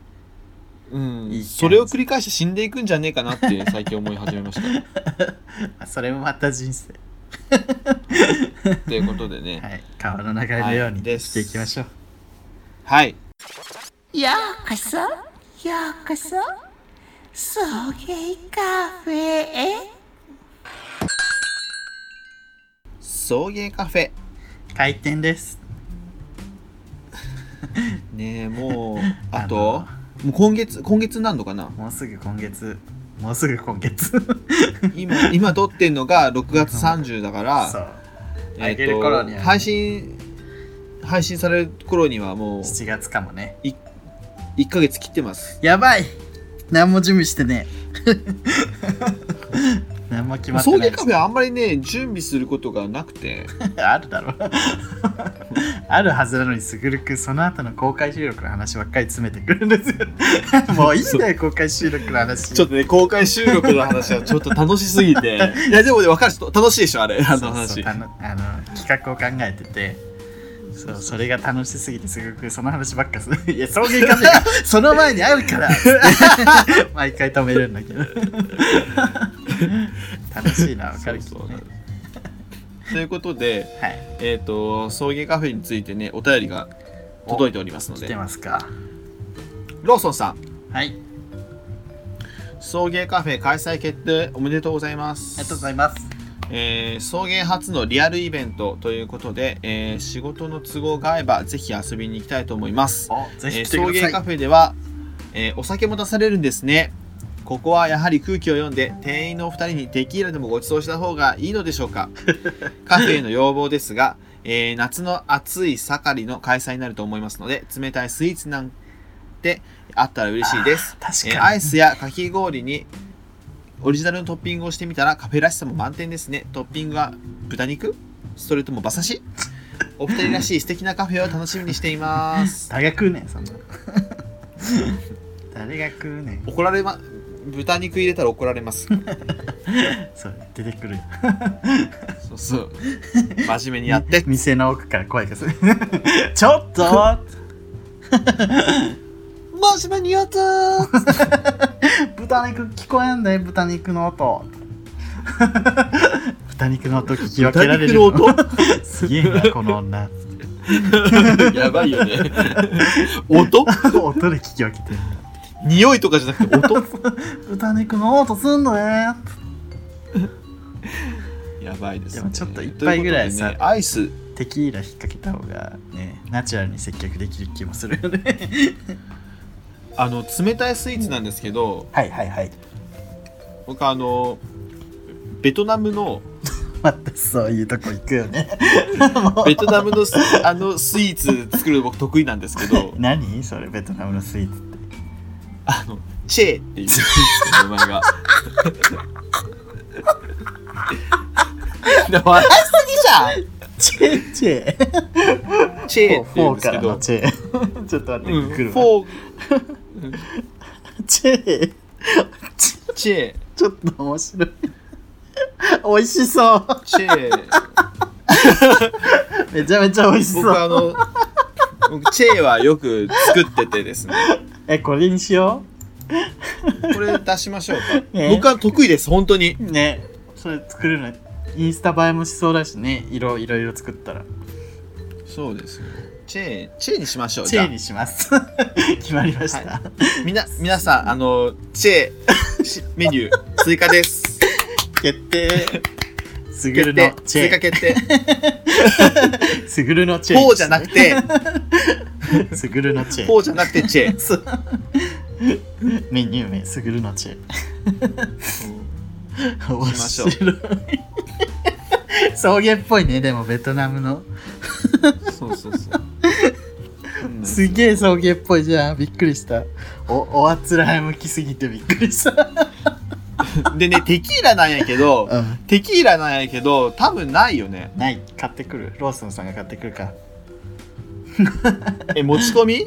Speaker 2: うん、
Speaker 1: いい感じ
Speaker 2: それを繰り返して死んでいくんじゃねえかなって最近思い始めました
Speaker 1: あそれもまた人生
Speaker 2: ということでね
Speaker 1: はい川の流れのよう
Speaker 2: は
Speaker 1: に
Speaker 2: いで
Speaker 1: 生
Speaker 2: す
Speaker 1: きていきましょう、
Speaker 2: はい
Speaker 3: ようこそようこそ送迎カフェへ。
Speaker 2: 送迎カフェ
Speaker 1: 開店です
Speaker 2: ねえもう
Speaker 1: あの
Speaker 2: あともう今月今月なんのかな
Speaker 1: もうすぐ今月もうすぐ今月
Speaker 2: 今今撮ってんのが6月30だから
Speaker 1: そう
Speaker 2: え
Speaker 1: 上
Speaker 2: ー
Speaker 1: げる頃には
Speaker 2: と配信配信される頃にはもう
Speaker 1: 7月かもね
Speaker 2: 1ヶ月切ってます
Speaker 1: やばい何も準備してね え何も決まって
Speaker 2: 送
Speaker 1: ない
Speaker 2: 迎カフェあんまりね準備することがなくて
Speaker 1: あるだろあるはずなのにすぐるくんその後の公開収録の話ばっかり詰めてくるん ですよもういいんだよ公開収録の話
Speaker 2: ちょっとね公開収録の話はちょっと楽しすぎて いやでもね分かる人楽しいでしょあれあの話
Speaker 1: そうそうたのあの企画を考えててそうそれが楽しすぎてすごくその話ばっか するいや送迎カフェがその前に会うから毎回止めるん だけど楽しいのはわかるけどね
Speaker 2: そうそう ということで、
Speaker 1: はい
Speaker 2: えっ、と、送迎カフェについてね、お便りが届いておりますの
Speaker 1: 来て
Speaker 2: で、
Speaker 1: ますか
Speaker 2: ローソンさん、
Speaker 1: はいあり
Speaker 2: 送迎カフェ開催決定おめでとうございます。
Speaker 1: がとうございます
Speaker 2: えー送迎初のリアルイベントということで、えー仕事の都合が合えばぜひ遊びに行きたいと思います、
Speaker 1: おぜ
Speaker 2: え
Speaker 1: ひ
Speaker 2: ー
Speaker 1: 来て
Speaker 2: 送
Speaker 1: くだ
Speaker 2: 迎
Speaker 1: さ
Speaker 2: カ
Speaker 1: い
Speaker 2: フェでは、えーお酒も出されるんですねここはやはり空気を読んで店員のお二人にテキーラでもご馳走した方がいいのでしょ うかカフェへの要望ですが、えー夏の暑い盛りの開催になると思いますので冷たいスイーツなんてあったら嬉しいです
Speaker 1: あー確かに、
Speaker 2: えーアイスやかき氷にオリジナルのトッピングをしてみたらカフェらしさも満点ですねトッピングは豚肉それとも馬刺しお二人らしい素敵なカフェを楽しみにしています
Speaker 1: 誰が食うねんそんな誰が食うねん
Speaker 2: 怒られま豚肉入れたら怒ら れます
Speaker 1: それ出てくるよ
Speaker 2: そうそう真面目に やって
Speaker 1: 店の奥から声がする ちょっと
Speaker 2: 真面目にやったー
Speaker 1: 豚肉聞こえんで豚肉の音 豚肉の音聞き分けられ
Speaker 2: 豚肉
Speaker 1: る
Speaker 2: の音
Speaker 1: すげえなこの女
Speaker 2: やばいよね音
Speaker 1: 音で聞き分けてる
Speaker 2: 匂いとかじゃなく て音
Speaker 1: 豚肉の音すんのね
Speaker 2: やばいですね
Speaker 1: でもちょっと一杯ぐらいさ
Speaker 2: とうことでねアイス
Speaker 1: テキーラ引っ掛けた方がねナチュラルに接客できる気もするよね
Speaker 2: あの冷たいスイーツなんですけど、
Speaker 1: はいはいはい
Speaker 2: 僕あのベトナ ムの
Speaker 1: またそういうとこ行くよね
Speaker 2: ベトナムのスあのスイーツ作るの僕得意なんですけど
Speaker 1: 何それベトナムのスイーツって
Speaker 2: あのチェーっていうスイーツの名前 がでも笑い
Speaker 1: チ
Speaker 2: すぎじ
Speaker 1: ェチェ
Speaker 2: ゃんチェーって
Speaker 1: フ
Speaker 2: 言
Speaker 1: ォ
Speaker 2: うん
Speaker 1: ー
Speaker 2: で
Speaker 1: か
Speaker 2: すけ
Speaker 1: ら
Speaker 2: ど
Speaker 1: のチェちょっと待って、
Speaker 2: うん、
Speaker 1: 来る
Speaker 2: フ
Speaker 1: わ
Speaker 2: ォー
Speaker 1: チェ
Speaker 2: チェー
Speaker 1: ちょっと面白い美味しそう
Speaker 2: チェー
Speaker 1: めちゃめちゃ美味しそ
Speaker 2: 僕
Speaker 1: う
Speaker 2: あの僕チェーはよく作っててですね
Speaker 1: えこれにしよ
Speaker 2: これ出しましょうか、
Speaker 1: ね
Speaker 2: 僕は得意です本当に
Speaker 1: うねそれ作るのインスタ映えもしそうだしね色いろいろ作ったら
Speaker 2: そうですよチェーチェーにしましょう
Speaker 1: チ
Speaker 2: じゃ
Speaker 1: ェ
Speaker 2: あ
Speaker 1: ーにします 決まりました、
Speaker 2: はみな皆さんあのチェーしメニュー追加です
Speaker 1: 決定すぐ
Speaker 2: 決
Speaker 1: る
Speaker 2: 定
Speaker 1: のチ
Speaker 2: 追加
Speaker 1: ェ
Speaker 2: 決定
Speaker 1: ーすぐるのチェー
Speaker 2: フォーじゃなくてフ
Speaker 1: てすぐるのチェ
Speaker 2: ォ
Speaker 1: ー
Speaker 2: ーじゃなくてチェー
Speaker 1: そう メニュー名すぐるのチェー面
Speaker 2: ましょ
Speaker 1: 白
Speaker 2: う
Speaker 1: い草原っぽいねでもベトナムの
Speaker 2: そうそうそう
Speaker 1: すげえ草原っぽいじゃんびっくりしたおおあつらへ向きすぎてびっくりした、
Speaker 2: でねテキーラなんやけど
Speaker 1: うん
Speaker 2: テキーラなんやけど多分ないよね
Speaker 1: ない買ってくるローソンさんが買ってくるか
Speaker 2: え持ち込み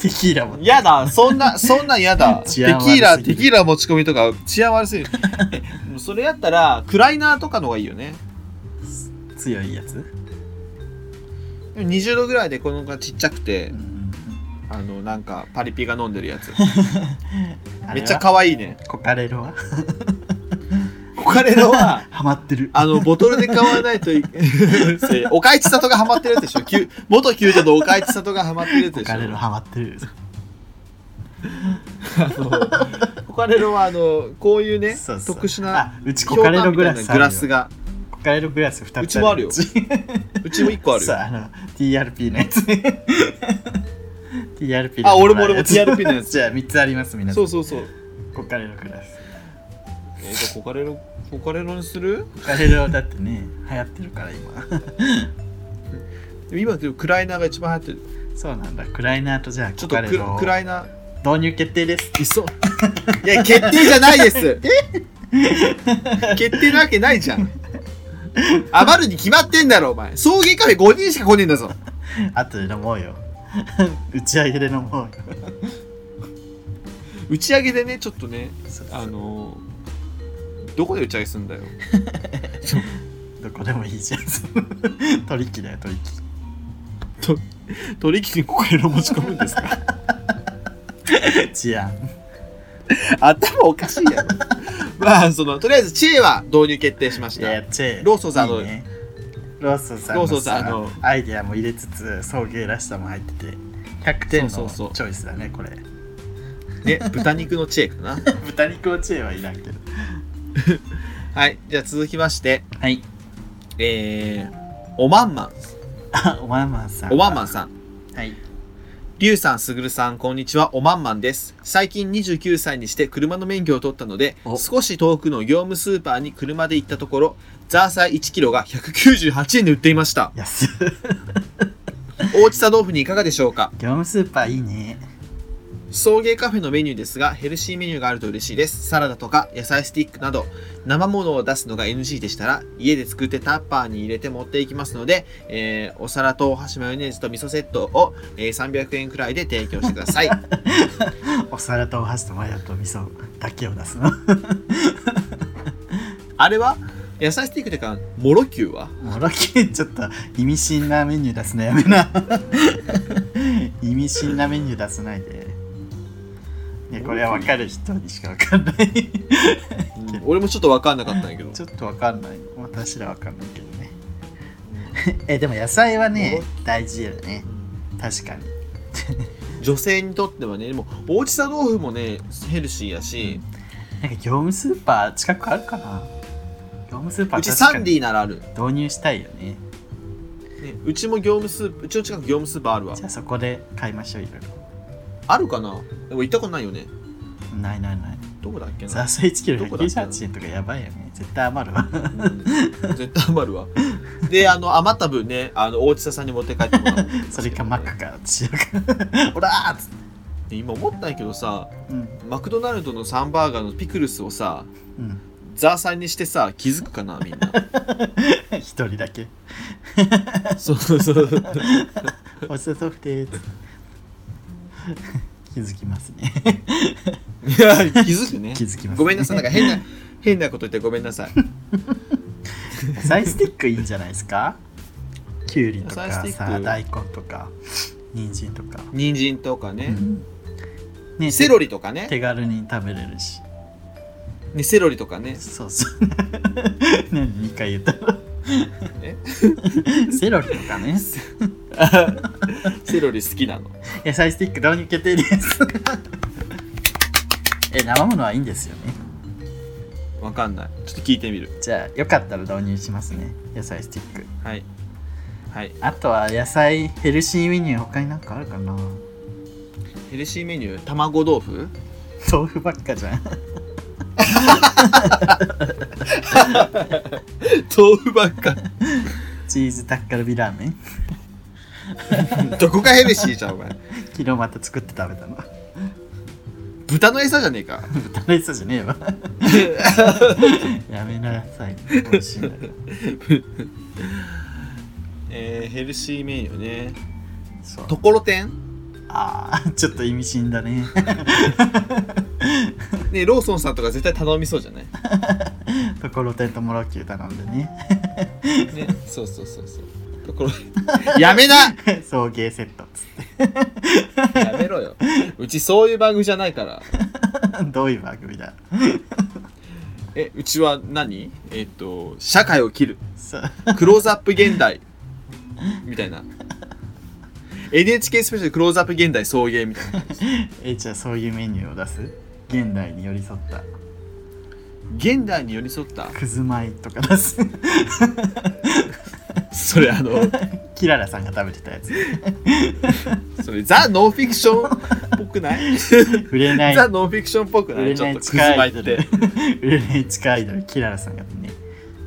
Speaker 1: テキーラも
Speaker 2: やだそんなそんなんやだテキ
Speaker 1: 治安悪すぎ
Speaker 2: ー
Speaker 1: る
Speaker 2: ラテキーラ持ち込みとか治安悪すぎるえもうそれやったらクライナーとかの方がいいよね
Speaker 1: 強いやつ、
Speaker 2: でも20度ぐらいでこの子がちっちゃくて
Speaker 1: うん、
Speaker 2: あのなんかパリピが飲んでるやつ
Speaker 1: あれは
Speaker 2: めっちゃ可愛いね
Speaker 1: コカレロは
Speaker 2: コカレロは
Speaker 1: ハマってる
Speaker 2: あのボトルで買わないといそ れ岡市里がハマってるやつでしょきゅ元旧都の岡市里がハマってるやつ
Speaker 1: コ
Speaker 2: でしょ
Speaker 1: カレロハマってる
Speaker 2: あのコカレロはあのこういうね
Speaker 1: そうそう
Speaker 2: 特殊
Speaker 1: あ
Speaker 2: な
Speaker 1: うちコカレログラスあ
Speaker 2: グ
Speaker 1: るよ
Speaker 2: ラスが
Speaker 1: コカレログラス2つ
Speaker 2: うちもあるよ
Speaker 1: うち
Speaker 2: うちも1個ある
Speaker 1: そう
Speaker 2: よ
Speaker 1: あの TRP のやつ TRP で
Speaker 2: あ俺も
Speaker 1: もらうやつ
Speaker 2: 俺も TRP のや つ
Speaker 1: じゃあ3つあります皆さ
Speaker 2: そ
Speaker 1: ん
Speaker 2: うそうそう
Speaker 1: コカレログラス
Speaker 2: えーじゃあコカレロコカレロにする
Speaker 1: コカレロだってね流行ってるから今
Speaker 2: でも今でもクライナーが一番流行ってる
Speaker 1: そうなんだクライナーとじゃあ
Speaker 2: ちょ
Speaker 1: コ
Speaker 2: っ
Speaker 1: カ
Speaker 2: とク
Speaker 1: レロを
Speaker 2: クライナー
Speaker 1: 導入決定です
Speaker 2: いっそいや決定じゃないです 決定なわけないじゃん余るに決まってんだろお前送迎カフェ5人しか来ねえんだぞ
Speaker 1: 後で飲もうよ 打ち上げで飲もうよ
Speaker 2: 打ち上げでねちょっとね
Speaker 1: そうそう
Speaker 2: あのーどこで打ち上げすんだよ
Speaker 1: どこでもいいじゃん 取引だよ取引
Speaker 2: 取引にこれの持ち込む んですか
Speaker 1: 治安
Speaker 2: 頭おかしいやろ まあそのとりあえず知恵は導入決定しまし
Speaker 1: い
Speaker 2: た
Speaker 1: やチェ
Speaker 2: ローソンさんの
Speaker 1: いいねローソンさん
Speaker 2: ロ
Speaker 1: の
Speaker 2: ーソンさんの
Speaker 1: アイデアも入れつつ送迎らしさも入ってて100点
Speaker 2: そう
Speaker 1: の
Speaker 2: そうそう
Speaker 1: チョイスだねこれ
Speaker 2: ね豚肉の知恵かな
Speaker 1: 豚肉のチェはいらんけど
Speaker 2: はいじゃあ続きまして
Speaker 1: はい
Speaker 2: えー、おまんまん
Speaker 1: あおまんまんさん
Speaker 2: おまんまんさん
Speaker 1: はい
Speaker 2: りゅうさん、すぐるさん、こんにちは。おまんまんです。最近29歳にして車の免許を取ったので、
Speaker 1: お
Speaker 2: 少し遠くの業務スーパーに車で行ったところ、ザーサイ1キロが198円で売っていました。
Speaker 1: 安い
Speaker 2: 大地さ豆腐にいかがでしょうか
Speaker 1: 業務スーパーいいね
Speaker 2: 送迎カフェのメニューですが、ヘルシーメニューがあると嬉しいです。サラダとか野菜スティックなど、生物を出すのが NG でしたら、家で作ってタッパーに入れて持っていきますので、えーお皿とお箸マヨネーズと味噌セットを、えー300円くらいで提供してくだ さい。
Speaker 1: お皿とお箸とマヨと味噌だけを出 すの
Speaker 2: あれは野菜スティックってか、モロキューは
Speaker 1: もろきちょっと意味深なメニュー出すのやめな 意味深なメニュー出さないでいやこれは分かる人にしか分かんない
Speaker 2: 俺もちょっと分かんなかったんやけど。
Speaker 1: ちょっと分かんない私ら分かんないけどね えでも野菜はね大事だよね確かに
Speaker 2: 女性にとってはね、でもう大きさ豆腐もね、ヘルシーやし、
Speaker 1: なんか業務スーパー近くあるかな業務スーパー
Speaker 2: うちサンデ
Speaker 1: ィ
Speaker 2: ィならある。
Speaker 1: 導入したいよね
Speaker 2: ねうちも業務スーパー、うちの近く業務スーパーあるわ
Speaker 1: じ。ゃあそこで買いましょういろい
Speaker 2: あるかなでも行ったことないよね。
Speaker 1: ろないないない
Speaker 2: どこだっけ
Speaker 1: ザー
Speaker 2: な、
Speaker 1: サイ1キロ
Speaker 2: どこだったの
Speaker 1: 198円とかやばいよね絶対余る わ
Speaker 2: うん絶対余るわ。で、あの余った分ね、あの大地さんに持って帰ってもらう。
Speaker 1: それかマックかしようかほらーっつって
Speaker 2: で今思ったんやけどさ、
Speaker 1: うん
Speaker 2: マクドナルドのサンバーガーのピクルスをさ、
Speaker 1: うん
Speaker 2: ザーサイにしてさ、気づくかな、みんな。
Speaker 1: 一人だけ
Speaker 2: そうそ うそう。
Speaker 1: おしゃそふてーっ つって気づきますね
Speaker 2: いや、気づくね。
Speaker 1: 気づきますね
Speaker 2: ごめんなさい、なんか変な、変なこと言ってごめんなさい。
Speaker 1: 野菜スティックいいんじゃないですかきゅうりとか
Speaker 2: 野菜スティック
Speaker 1: さ大根とか人参とか、
Speaker 2: 人参とかね、
Speaker 1: ね
Speaker 2: セロリとかね
Speaker 1: 手軽に食べれるし
Speaker 2: ね、セロリとかね。
Speaker 1: そうそう 何2回言ったの
Speaker 2: え
Speaker 1: セロリとか ね
Speaker 2: セロリ好きなの。
Speaker 1: 野菜スティック導入決定です え生ものはいいんですよね
Speaker 2: わかんない。ちょっと聞いてみる。
Speaker 1: じゃあよかったら導入しますね野菜スティック
Speaker 2: はい。はい。
Speaker 1: あとは野菜ヘルシーメニュー他になんかあるかな
Speaker 2: ヘルシーメニュー、卵豆腐
Speaker 1: 豆腐ばっかじゃん
Speaker 2: 豆腐ばっか。
Speaker 1: チーズタッカルビラーメン
Speaker 2: どこがヘルシーじゃん、お前。
Speaker 1: 昨日また作って食べたの
Speaker 2: 豚の餌じゃねえか。
Speaker 1: 豚の餌じゃねえわ やめなさい美味しいんだから
Speaker 2: えー、ヘルシーメニューね。
Speaker 1: そう
Speaker 2: ところてん
Speaker 1: ああちょっと意味深だね
Speaker 2: ね、ローソンさんとか絶対頼みそうじゃない
Speaker 1: ところてんともろきゅう頼んでね
Speaker 2: ね、そうそうそうそう。ところやめな
Speaker 1: 送迎セットっつっ
Speaker 2: やめろよ。うちそういう番組じゃないから。
Speaker 1: てどういう番組だ
Speaker 2: え、うちは何えっと、社会を切る。
Speaker 1: そう
Speaker 2: クローズアップ現代。みたいな。NHK スペシャルクローズアップ現代送迎みたいな。
Speaker 1: えじゃあそういうメニューを出す現代に寄り添った
Speaker 2: 現代に寄り添った。
Speaker 1: くず米とか出す
Speaker 2: それあの、
Speaker 1: キララさんが食べてたやつ
Speaker 2: それザ・ノンフィクションっぽくない
Speaker 1: 売れない
Speaker 2: ザ・ノンフィクションっぽくな
Speaker 1: 売れ
Speaker 2: いち
Speaker 1: な
Speaker 2: ょっ
Speaker 1: い
Speaker 2: と
Speaker 1: 地
Speaker 2: クズ
Speaker 1: 下ア
Speaker 2: マ
Speaker 1: イ
Speaker 2: イ
Speaker 1: ド
Speaker 2: っ
Speaker 1: ル
Speaker 2: て。
Speaker 1: 売れない地下アイドルキララさんがね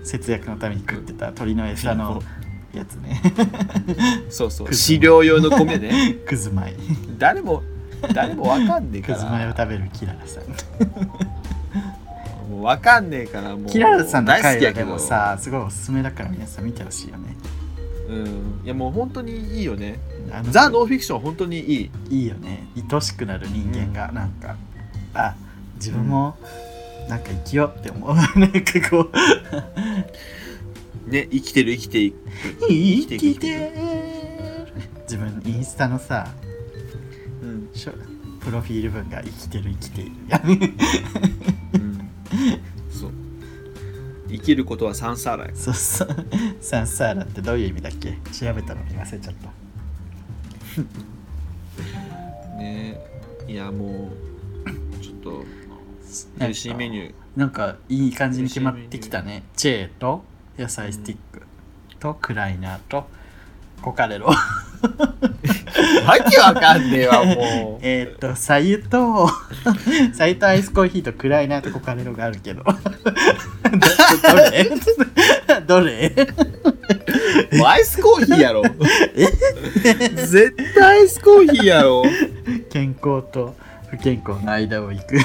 Speaker 1: 節約のために食ってた鳥の餌のやつね
Speaker 2: そうそう。飼料用の米ね。
Speaker 1: くず米
Speaker 2: 誰も、誰もわかんねえ
Speaker 1: く
Speaker 2: か
Speaker 1: ず米を
Speaker 2: ら。
Speaker 1: 食べるキララさん
Speaker 2: もうわかんねえから、もう。
Speaker 1: キララさんの
Speaker 2: 大好
Speaker 1: 回
Speaker 2: きや
Speaker 1: は
Speaker 2: け
Speaker 1: で
Speaker 2: ど
Speaker 1: も。さすごいおすすめだから皆さん見てほしいよね
Speaker 2: うん。いやもう本当にいいよね。
Speaker 1: あの
Speaker 2: ザ・ノンフィクション本当にいい。
Speaker 1: いいよね愛しくなる人間がなんか、あ自分もなんか生きようって思う なんかこう
Speaker 2: ね、生きてる生きていく。
Speaker 1: 生
Speaker 2: ていく
Speaker 1: きて自分インスタのさ
Speaker 2: うん。
Speaker 1: しょプロフィール文が生きてる生きている
Speaker 2: うん生きることはサンサーラや
Speaker 1: そうそうサンサーラってどういう意味だっけ調べたのに忘れちゃった
Speaker 2: ねいやもうちょっ
Speaker 1: な
Speaker 2: と
Speaker 1: ん
Speaker 2: ヘル
Speaker 1: か
Speaker 2: シーメニュー
Speaker 1: なんかいい感じに決まってきたねチェーと野菜スティックとクライナーとコカレロ
Speaker 2: わけわかんねえわもう
Speaker 1: えーっとさゆとさゆとアイスコーヒーとクライナーとコカレロがあるけ どど どれどれ
Speaker 2: もうアイスコーヒー やろ絶対アイスコーヒーやろ
Speaker 1: 健康と不健康の間を行く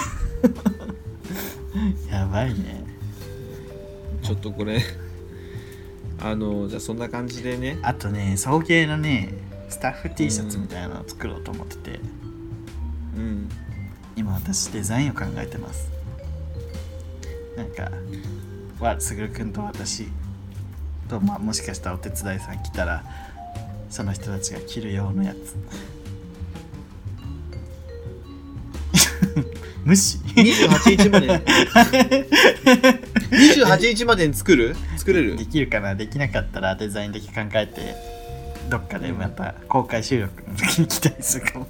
Speaker 1: やばいね
Speaker 2: ちょっとこれあのじゃあそんな感じでね
Speaker 1: あとね送迎のねスタッフ T シャツみたいなのを作ろうと思ってて、
Speaker 2: うん
Speaker 1: 今私デザインを考えてますなんかわすぐるくんと私とまあもしかしたらお手伝いさん来たらその人たちが着る用のやつ 無視
Speaker 2: 28日まで28日までに作る作れる
Speaker 1: できるかなできなかったらデザインだけ考えてどっかでまた公開収録の時に来たりするかも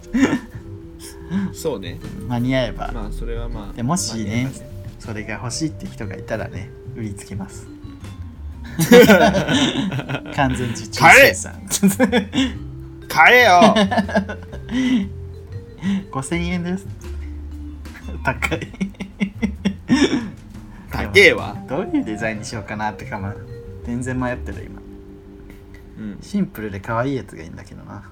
Speaker 2: そうね
Speaker 1: 間に合えば
Speaker 2: まあそれはまあ
Speaker 1: でもしね
Speaker 2: まあ
Speaker 1: それが欲しいって人がいたらね売りつけます 完全受注生産
Speaker 2: 買えよ
Speaker 1: 5000円です高い
Speaker 2: 高えわ、
Speaker 1: どういうデザインにしようかなってかま全然迷ってる今
Speaker 2: うん、
Speaker 1: シンプルで可愛いやつがいいんだけどな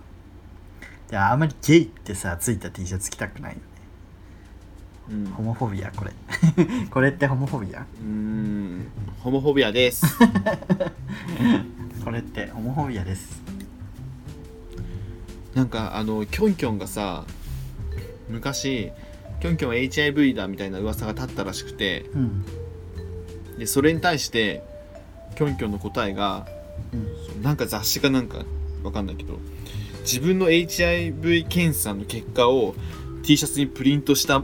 Speaker 1: でもあんまりゲイってさついた T シャツ着たくないよね
Speaker 2: うん
Speaker 1: ホモフォビアこれ これってホモフォビア
Speaker 2: うーんホモフォビアです。
Speaker 1: これってホモフォビアです
Speaker 2: なんかあのキョンキョンがさ昔キョンキョンは HIV だみたいな噂が立ったらしくて
Speaker 1: うん
Speaker 2: でそれに対してキョンキョンの答えが
Speaker 1: うん
Speaker 2: なんか雑誌かなんかわかんないけど自分の HIV 検査の結果を T シャツにプリントした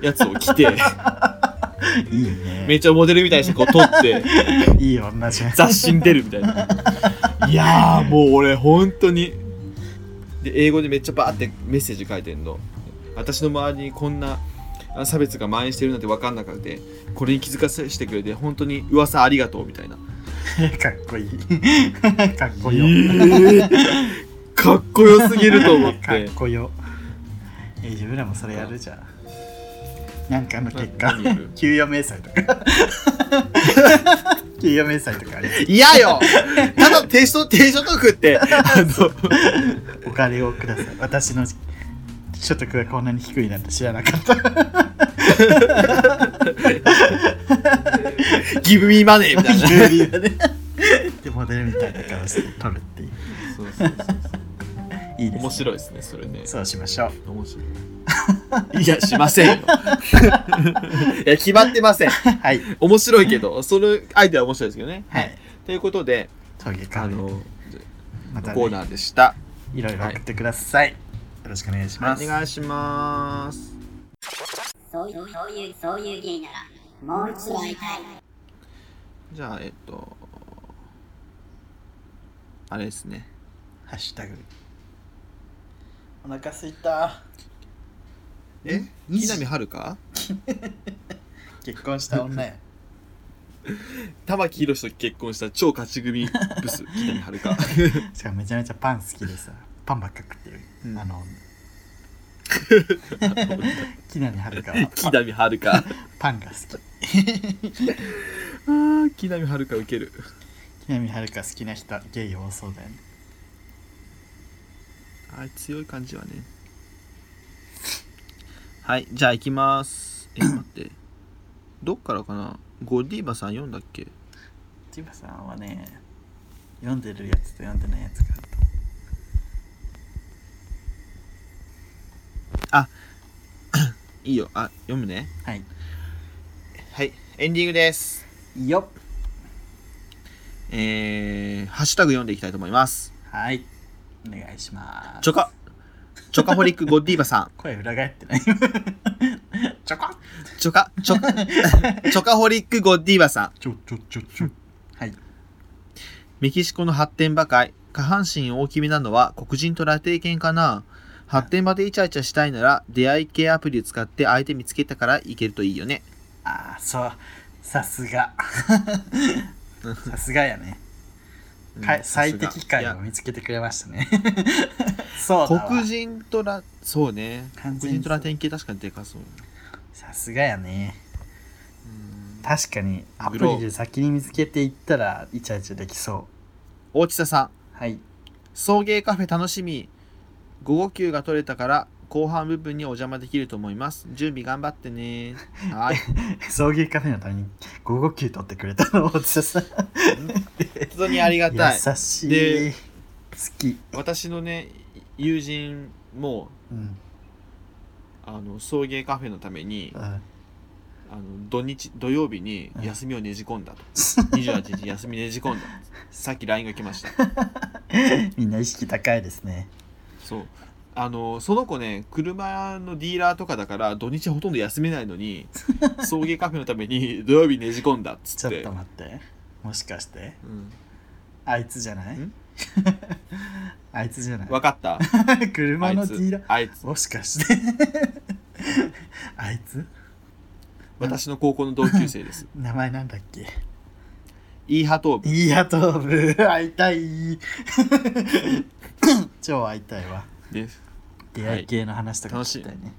Speaker 2: やつを着て
Speaker 1: いいね
Speaker 2: めっちゃモデルみたいにしてこう撮って
Speaker 1: いい女じゃん
Speaker 2: 雑誌に出るみたいないやーもう俺本当にで英語でめっちゃバーってメッセージ書いてんの私の周りにこんなあ差別が蔓延してるなんて分かんなくてこれに気づかせてくれて本当に噂ありがとうみたいな
Speaker 1: かっこいい。 かっこよ。
Speaker 2: かっこよすぎると思っ
Speaker 1: かってこよ。え、自分らもそれやるじゃん。なんかの結
Speaker 2: な
Speaker 1: 果
Speaker 2: 何やる、
Speaker 1: 給与明細とか。 給与明細とかあれ、
Speaker 2: 嫌よただ低所低所得ってあの
Speaker 1: お金をください。私の所得がこんなに低いなんて知らなかった。
Speaker 2: ギブミーマネーみ たいな
Speaker 1: 有利だね。で、モデルみたいな顔して撮るっていう。
Speaker 2: そうそうそう
Speaker 1: いいです、
Speaker 2: 面
Speaker 1: ね。
Speaker 2: 白いですねそれね
Speaker 1: そうしましょう。
Speaker 2: 面白いいやしませ んよいや決まってませ ん
Speaker 1: はい。
Speaker 2: 面白いけどそのアイデアは面白いですけどね
Speaker 1: はい。
Speaker 2: ということで
Speaker 1: 陶芸カ
Speaker 2: あ
Speaker 1: ード、
Speaker 2: の
Speaker 1: また、
Speaker 2: コー
Speaker 1: ね、
Speaker 2: ナーでした、
Speaker 1: いろいろ送ってください。よろしくお願いし
Speaker 2: お
Speaker 1: ます。
Speaker 2: 願いします
Speaker 4: そういう、そういう、そういう芸なら、もう一度会いたい。
Speaker 2: じゃあえっとあれですね
Speaker 1: ハッシュタグ。お腹すいた。
Speaker 2: え木南遥か
Speaker 1: 結婚した女や。
Speaker 2: 玉木宏と結婚した超勝ち組ブス木南遥か
Speaker 1: しかもめちゃめちゃパン好きでさ、パンばっか食ってる。
Speaker 2: うん
Speaker 1: あ の、 木南遥香は
Speaker 2: 木南遥か
Speaker 1: パンが好き。
Speaker 2: あー木南遥かウケる
Speaker 1: 木南遥香好きな人、ゲイ多そうだよね。
Speaker 2: はい、強い感じはね。はい、じゃあ行きます。え、待って。どっからかなゴディーバさん読んだっけ
Speaker 1: ジバさんはね、読んでるやつと読んでないやつがあると。
Speaker 2: いいよ。あ、読むね。
Speaker 1: はい。
Speaker 2: はい、エンディングです。
Speaker 1: よっ。
Speaker 2: えー、ハッシュタグ読んでいきたいと思います。
Speaker 1: はい。お願いします。
Speaker 2: チョカ、チョカホリックゴディーバさん。
Speaker 1: 声裏返ってない。ちょこ
Speaker 2: チョカ、チョ、チョカホリックゴディーバさん。
Speaker 1: ちょちょちょちょ。はい。
Speaker 2: メキシコの発展ばかり。下半身大きめなのは黒人とラテンかな発展場でイチャイチャしたいなら出会い系アプリを使って相手見つけたからいけるといいよね。
Speaker 1: ああ、そう。さすが。さすがやね。
Speaker 2: うん
Speaker 1: か
Speaker 2: さすが
Speaker 1: 最適
Speaker 2: い
Speaker 1: 解を
Speaker 2: や
Speaker 1: 見つけてくれましたね。そうだわ。
Speaker 2: 黒人とラ、そうね。黒
Speaker 1: 完全に
Speaker 2: 人とラテン系確かにでかそう。
Speaker 1: さすがやね。
Speaker 2: うん
Speaker 1: 確かに、アプ
Speaker 2: グロ
Speaker 1: リで先に見つけていったら、イチャイチャできそ
Speaker 2: 大地田さん。
Speaker 1: う。はい。
Speaker 2: 送迎カフェ楽しみ午後休が取れたから後半部分にお邪魔できると思います準備頑張ってね はい
Speaker 1: 送迎カフェのために午後休取ってくれたの、大津 さん。
Speaker 2: 本当にありがたい
Speaker 1: 優しい。
Speaker 2: で
Speaker 1: 好き。
Speaker 2: 私のね友人も
Speaker 1: うん。
Speaker 2: あの送迎カフェのために
Speaker 1: うん
Speaker 2: あの土日土曜日に
Speaker 1: うん
Speaker 2: 休みをねじ込んだと28日休みねじ込んださっき LINE が来ました
Speaker 1: みんな意識高いですね。
Speaker 2: そうあのその子ね車のディーラーとかだから土日ほとんど休めないのに 送迎カフェのために土曜日ねじ込んだっつ
Speaker 1: ち
Speaker 2: っ
Speaker 1: ょってと待って。もしかして、
Speaker 2: うん、
Speaker 1: あいつじゃない
Speaker 2: ん
Speaker 1: あいつじゃない
Speaker 2: 分かった
Speaker 1: 車のディーラー。
Speaker 2: あいつあいつ
Speaker 1: もしかして あいつ
Speaker 2: 私の高校の同級生です
Speaker 1: 名前なんだっけ
Speaker 2: イーハトーブ
Speaker 1: いいや頭部会いたい 超会いたいわ
Speaker 2: です
Speaker 1: 出会い系の話とか
Speaker 2: はい
Speaker 1: 聞きたいね、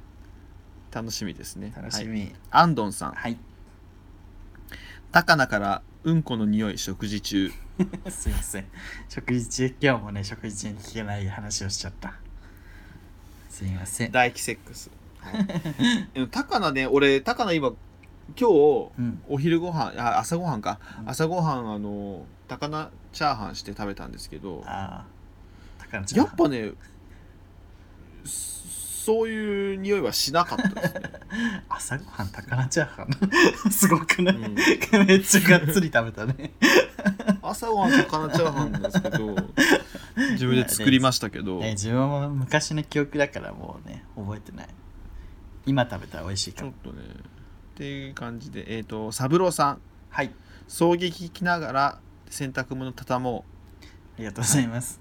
Speaker 2: 楽しみですね
Speaker 1: 楽し
Speaker 2: はい、
Speaker 1: み
Speaker 2: アンドンさん
Speaker 1: はい、
Speaker 2: 高菜からうんこの匂い食事中
Speaker 1: すいません食事中今日もね食事中に聞けない話をしちゃったすいません
Speaker 2: 唾液セックスでも高菜ね俺高菜今今日
Speaker 1: うん
Speaker 2: お昼ご飯あ朝ごはんか、
Speaker 1: うん
Speaker 2: 朝ごはんあの高菜チャーハンして食べたんですけど
Speaker 1: ああ高野ちゃ
Speaker 2: や
Speaker 1: ん
Speaker 2: っぱねそそういう匂いはしなかった ですね
Speaker 1: 朝ごはん高菜チャーハン すごくない、
Speaker 2: うん
Speaker 1: めっちゃがっつり食べたね
Speaker 2: 朝ごはん高菜チャーハンなんです けど自分で作りましたけど
Speaker 1: ね、自分は昔の記憶だからもうね覚えてない今食べたら美味しいか
Speaker 2: ちょっ
Speaker 1: も
Speaker 2: とね。っていう感じで、えっ、と、三郎さん、
Speaker 1: はい
Speaker 2: 衝撃聞きながら洗濯物畳もう。
Speaker 1: ありがとうございます、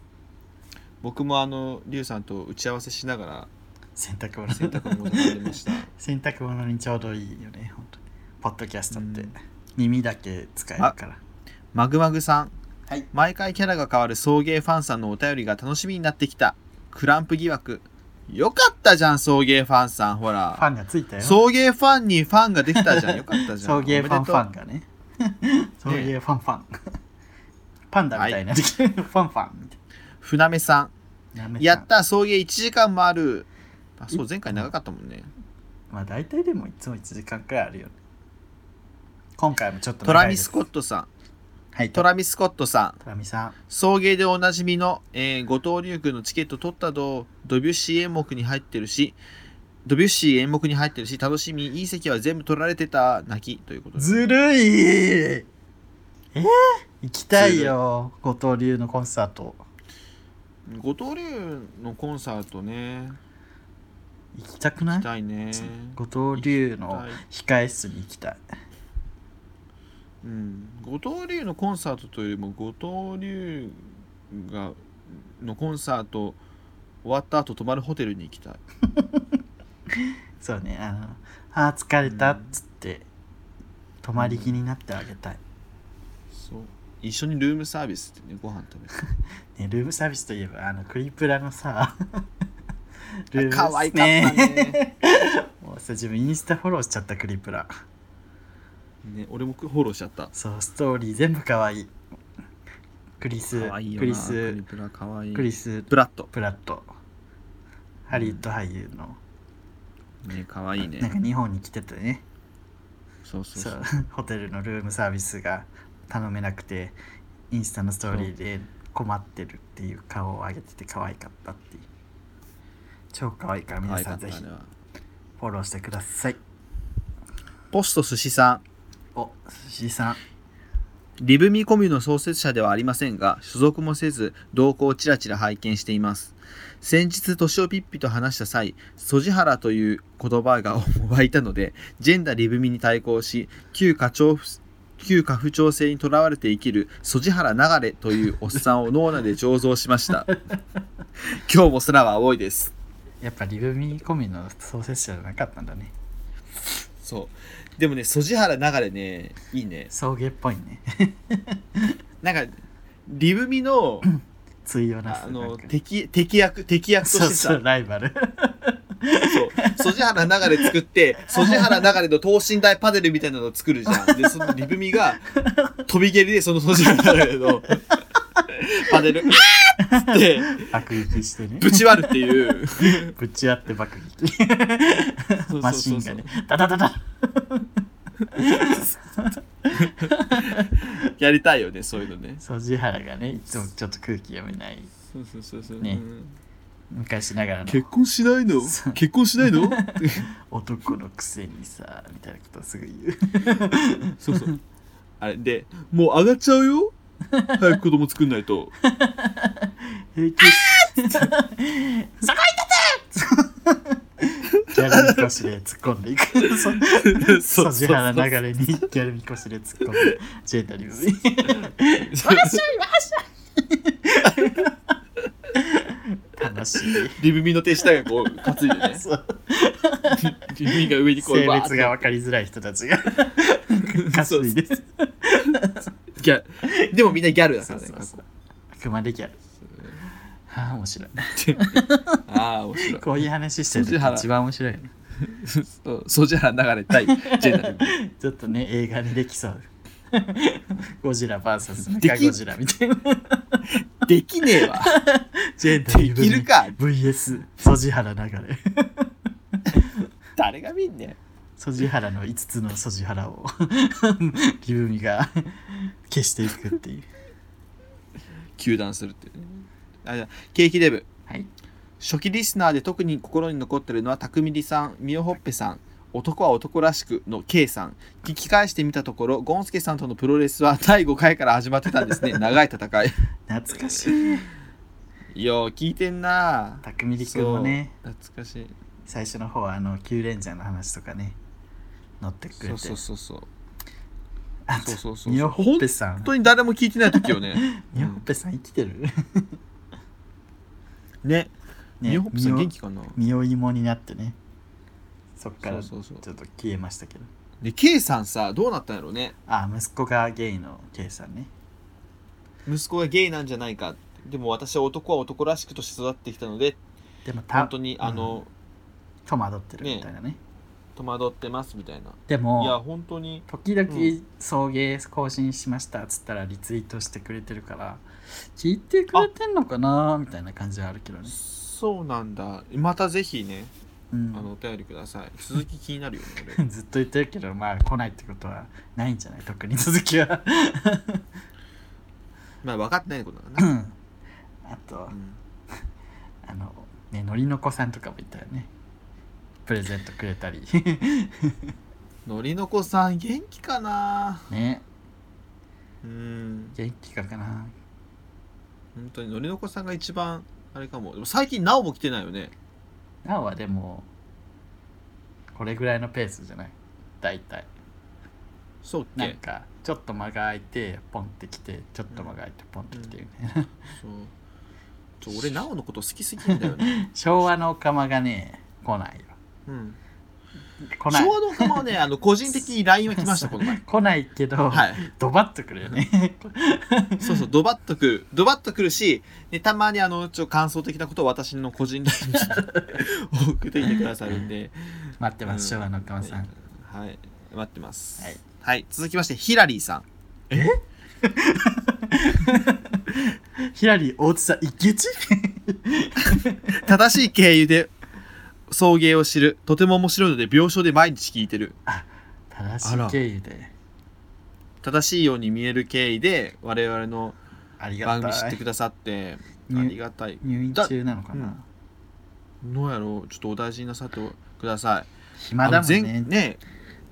Speaker 2: 僕もあの、リュウさんと打ち合わせしながら
Speaker 1: 洗濯物
Speaker 2: 洗濯物畳んでま した。
Speaker 1: 洗濯物にちょうどいいよね本当にポッドキャストって、
Speaker 2: うん
Speaker 1: 耳だけ使えるから
Speaker 2: マグマグさん、
Speaker 1: はい
Speaker 2: 毎回キャラが変わる送迎ファンさんのお便りが楽しみになってきた。クランプ疑惑。よかったじゃん、送迎ファンさん、ほ
Speaker 1: ファ
Speaker 2: ら。
Speaker 1: ンがついたよ
Speaker 2: 送迎ファンにファンができたじゃん、よかったじゃ
Speaker 1: 送
Speaker 2: ん。
Speaker 1: 迎ファンフ
Speaker 2: お
Speaker 1: ァン
Speaker 2: めでと。
Speaker 1: がね 送迎ファンファンパンダみたいな、 ファンファンみたいう
Speaker 2: 船目さ
Speaker 1: なやめ
Speaker 2: ん、やった、送迎1時間もある。あ、そう、前回長かったもんね。
Speaker 1: まあ大体でもいつも1時間くらいあるよね今回もちょっと
Speaker 2: ト
Speaker 1: 長
Speaker 2: ラ
Speaker 1: いで
Speaker 2: ミ
Speaker 1: す
Speaker 2: ス・コットさん、
Speaker 1: はい
Speaker 2: ト
Speaker 1: トラ
Speaker 2: ラミス・コットさん、
Speaker 1: トラミさん
Speaker 2: 送迎でおなじみの、えー後藤龍君のチケット取ったど、ドビュッシー演目に入ってるし、ドビュッシー演目に入ってるし、楽しみ、いい席は全部取られてた、泣きということで。
Speaker 1: ずるいえー行きたいよ後藤流のコンサート
Speaker 2: 後藤龍のコンサートね、
Speaker 1: 行きたくな
Speaker 2: 行き
Speaker 1: い
Speaker 2: たいね。
Speaker 1: 後藤流の控え室に行きたい
Speaker 2: うん、後藤龍のコンサートというよりも、後藤龍がのコンサート終わった後泊まるホテルに行きたい。
Speaker 1: そうねあのあー疲れた
Speaker 2: う
Speaker 1: っ
Speaker 2: ん
Speaker 1: つって泊まり気になってあげたい、
Speaker 2: そう一緒にルームサービスってね、ご飯食べて。
Speaker 1: ね、ルームサービスといえばあのクリプラのさ ルーム
Speaker 2: 可愛かったね
Speaker 1: もうさ自分インスタフォローしちゃったクリプラ
Speaker 2: ね俺もフォローしちゃった
Speaker 1: そうストーリー全部可愛いクリス
Speaker 2: 可愛いよな
Speaker 1: クリ
Speaker 2: ク
Speaker 1: ス
Speaker 2: リプラ可愛い
Speaker 1: クリス
Speaker 2: ブラッド
Speaker 1: プラットハリウッド俳優の、
Speaker 2: ね可愛い
Speaker 1: なんか
Speaker 2: ね
Speaker 1: 日本に来ててね
Speaker 2: そうそう
Speaker 1: そ
Speaker 2: そう
Speaker 1: うホテルのルームサービスが頼めなくてインスタのストーリーで困ってるっていう顔を上げてて可愛かったっていう超可愛いから
Speaker 2: 可
Speaker 1: 皆
Speaker 2: 愛
Speaker 1: さ
Speaker 2: か
Speaker 1: ん
Speaker 2: った
Speaker 1: ぜ
Speaker 2: ね
Speaker 1: ひ
Speaker 2: あれ
Speaker 1: フ
Speaker 2: は
Speaker 1: ォローしてください
Speaker 2: ポスト寿司さん
Speaker 1: お寿司さん
Speaker 2: リブミコミュの創設者ではありませんが、所属もせず、動向をちらちら拝見しています。先日、年をピッピと話した際、ソジハラという言葉が湧いたので、ジェンダーリブミに対抗し、旧課長夫、旧家父長制にとらわれて生きるソジハラ流れというおっさんを脳内で醸造しました。 今日も空は青いです。
Speaker 1: やっぱリブミコミの創設者じゃなかったんだね
Speaker 2: そう。でもね、ソジハラ流れね、いいね。
Speaker 1: 送迎っぽいね
Speaker 2: なんか、リブミの、
Speaker 1: 対応なす
Speaker 2: あ
Speaker 1: な
Speaker 2: の
Speaker 1: んか
Speaker 2: 敵敵役敵役と
Speaker 1: そう
Speaker 2: して
Speaker 1: そ
Speaker 2: さ
Speaker 1: うライバル
Speaker 2: そうソジハラ流れ作ってソジハラ流れの等身大パネルみたいなのを作るじゃんでそのリブミが飛び蹴りでそのソジハラ流れのパネル「あーっ!」つって
Speaker 1: 爆撃してね
Speaker 2: ぶち割るっていう
Speaker 1: ぶち合って爆撃
Speaker 2: そうそうそうそう
Speaker 1: マシンがねダダダダ
Speaker 2: やりたいよねそういうのね
Speaker 1: ソジハラがねいつもちょっと空気読めない
Speaker 2: そうそうそうそう、
Speaker 1: ね
Speaker 2: うん
Speaker 1: 昔ながらの
Speaker 2: 結婚しないの
Speaker 1: そう
Speaker 2: 結婚しないの
Speaker 1: 男のくせにさみたいなことすぐ言う
Speaker 2: そうそうあれでもう上がっちゃうよ早く子供作んない と
Speaker 1: 平気そこ行ったてギャルみこしで突っ込んでいくそソジハラ流れにギャルみこしで突っ込んでジェンダーリブに楽しい
Speaker 2: リブミの手下がこう担いでね
Speaker 1: そう
Speaker 2: リブミが上にこう
Speaker 1: 性
Speaker 2: バーッ
Speaker 1: 別
Speaker 2: て
Speaker 1: が分かりづらい人たちが担いで
Speaker 2: ギャルでもみんなギャルだからね
Speaker 1: そうそうそうあくまでギャルはあ面白い
Speaker 2: ああ面白い
Speaker 1: こういう話してる
Speaker 2: ソジハ
Speaker 1: と
Speaker 2: ラ
Speaker 1: 一番面白いよね
Speaker 2: そうソジャラ流れ対ジェンダーリブミ
Speaker 1: ちょっとね映画にできそう ゴジラ VS メ
Speaker 2: で
Speaker 1: カ
Speaker 2: き
Speaker 1: ゴジラみたいな
Speaker 2: できねえわ
Speaker 1: ジェンダー
Speaker 2: できるか
Speaker 1: VS ソジハラ流れ
Speaker 2: 誰が見んねん
Speaker 1: ソジハラの5つのソジハラをリブミが消していくっていう
Speaker 2: 糾弾するっていうねあじゃあケーキデブ
Speaker 1: はい
Speaker 2: 初期リスナーで特に心に残ってるのはたくみりさんみおほっぺさん男は男らしくの K さん聞き返してみたところゴンスケさんとのプロレスは第5回から始まってたんですね長い戦い
Speaker 1: 懐かしい
Speaker 2: いやー聞いてんな
Speaker 1: 匠りくんもね
Speaker 2: そう懐かしい
Speaker 1: 最初の方はあのキュウレンジャーの話とかね乗ってくれて
Speaker 2: そうそうそうそう
Speaker 1: あ
Speaker 2: そう
Speaker 1: と
Speaker 2: そうそう
Speaker 1: ニオホッペさん
Speaker 2: 本当に誰も聞いてない時よね
Speaker 1: ニオホッペさん生きてる
Speaker 2: ね
Speaker 1: ね
Speaker 2: みおほっぺさ
Speaker 1: み
Speaker 2: ん
Speaker 1: お
Speaker 2: 元気かな
Speaker 1: ミオイモになってねそっからち
Speaker 2: そ
Speaker 1: ょ
Speaker 2: う
Speaker 1: っ
Speaker 2: そうそう
Speaker 1: と消えましたけど
Speaker 2: で K さんさどうなったんやろうね
Speaker 1: あ息子がゲイの K さんね
Speaker 2: 息子がゲイなんじゃないかでも私は男は男らしくとして育ってきたので
Speaker 1: でもた
Speaker 2: 本当にあの、
Speaker 1: うん戸惑ってるみたいなね
Speaker 2: 戸惑ってますみたいな
Speaker 1: で
Speaker 2: いや
Speaker 1: も
Speaker 2: 本当に
Speaker 1: 時々
Speaker 2: うん
Speaker 1: 送迎更新しましたっつったらリツイートしてくれてるから聞いてくれてんのかなみたいな感じはあるけどね、
Speaker 2: そうなんだまたぜひね
Speaker 1: う
Speaker 2: あ
Speaker 1: ん、
Speaker 2: のお便りください続き気に なるよね 俺
Speaker 1: ずっと言ってるけどまあ来ないってことはないんじゃない特に続きは
Speaker 2: まあ分かってないことだ
Speaker 1: う
Speaker 2: な、
Speaker 1: んあと
Speaker 2: うん
Speaker 1: あのねのりのこさんとかもいたよねプレゼントくれた り
Speaker 2: のりのこさん元気かな
Speaker 1: ね
Speaker 2: うん
Speaker 1: 元気かかな
Speaker 2: 本当にのりのこさんが一番あれかもでも最近なおも来てないよね
Speaker 1: なおはでもこれぐらいのペースじゃない大体
Speaker 2: そうっけ
Speaker 1: なんかちょっと間が空いてポンってきてちょっと間が空いてポンってきてみたいな、
Speaker 2: そうちょ俺なおのこと好きすぎんだよ ね、
Speaker 1: 昭和のおかまがね来ないよ
Speaker 2: うん、
Speaker 1: 来ない
Speaker 2: 昭和の釜はねあの個人的に LINE は来ましたこの 前
Speaker 1: 来ないけど、
Speaker 2: はい
Speaker 1: ドバッとくるよね
Speaker 2: そうそうドバッとくるドバッとくるし、ね、たまにあのちょ感想的なことを私の個人 LINE に 送ってきてくださるんで
Speaker 1: 待ってます昭和のおかまさん、
Speaker 2: はい待ってます
Speaker 1: はい、
Speaker 2: 続きましてヒラリーさん
Speaker 1: ヒラリー大津さんイケチ
Speaker 2: 正しい経由で送迎を知るとても面白いので病床で毎日聞いてる
Speaker 1: 正し
Speaker 2: あら
Speaker 1: い経由で
Speaker 2: 正しいように見える経緯で我々の
Speaker 1: ありが
Speaker 2: 番組知
Speaker 1: た
Speaker 2: って
Speaker 1: い
Speaker 2: くださって
Speaker 1: ね
Speaker 2: ありがたい
Speaker 1: 入院中なのかな、
Speaker 2: だどうやろうちょっとお大事になさってください
Speaker 1: 暇だもんね
Speaker 2: あの前ね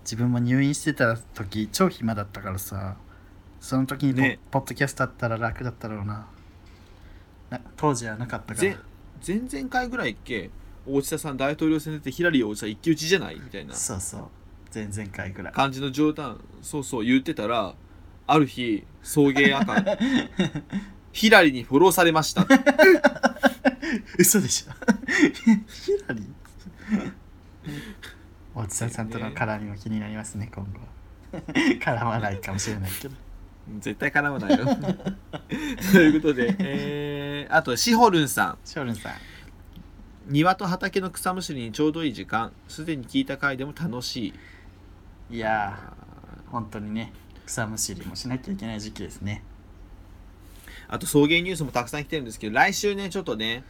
Speaker 1: 自分も入院してた時超暇だったからさその時にポ,、
Speaker 2: ね
Speaker 1: ポッドキャストだったら楽だったろうなな当時はなかったから
Speaker 2: ぜ前々回ぐらいっけ大下さん大統領選出てヒラリー大下一騎打ちじゃないみたいな
Speaker 1: そうそう前々回ぐらい
Speaker 2: 感じの冗談そうそう言ってたらある日送迎赤 ヒラリーにフォローされましたって
Speaker 1: 嘘で しょヒラリー大津さんとの絡みも気になりますね今後 は絡まないかもしれないけど
Speaker 2: 絶対絡 まないよということで、えーあとシホルンさん
Speaker 1: ショルンさん
Speaker 2: 庭と畑の草むしりにちょうどいい時間すでに聞いた回でも楽しい
Speaker 1: いやー本当にね草むしりもしなきゃいけない時期ですね
Speaker 2: あと送迎ニュースもたくさん来てるんですけど来週ねちょっとね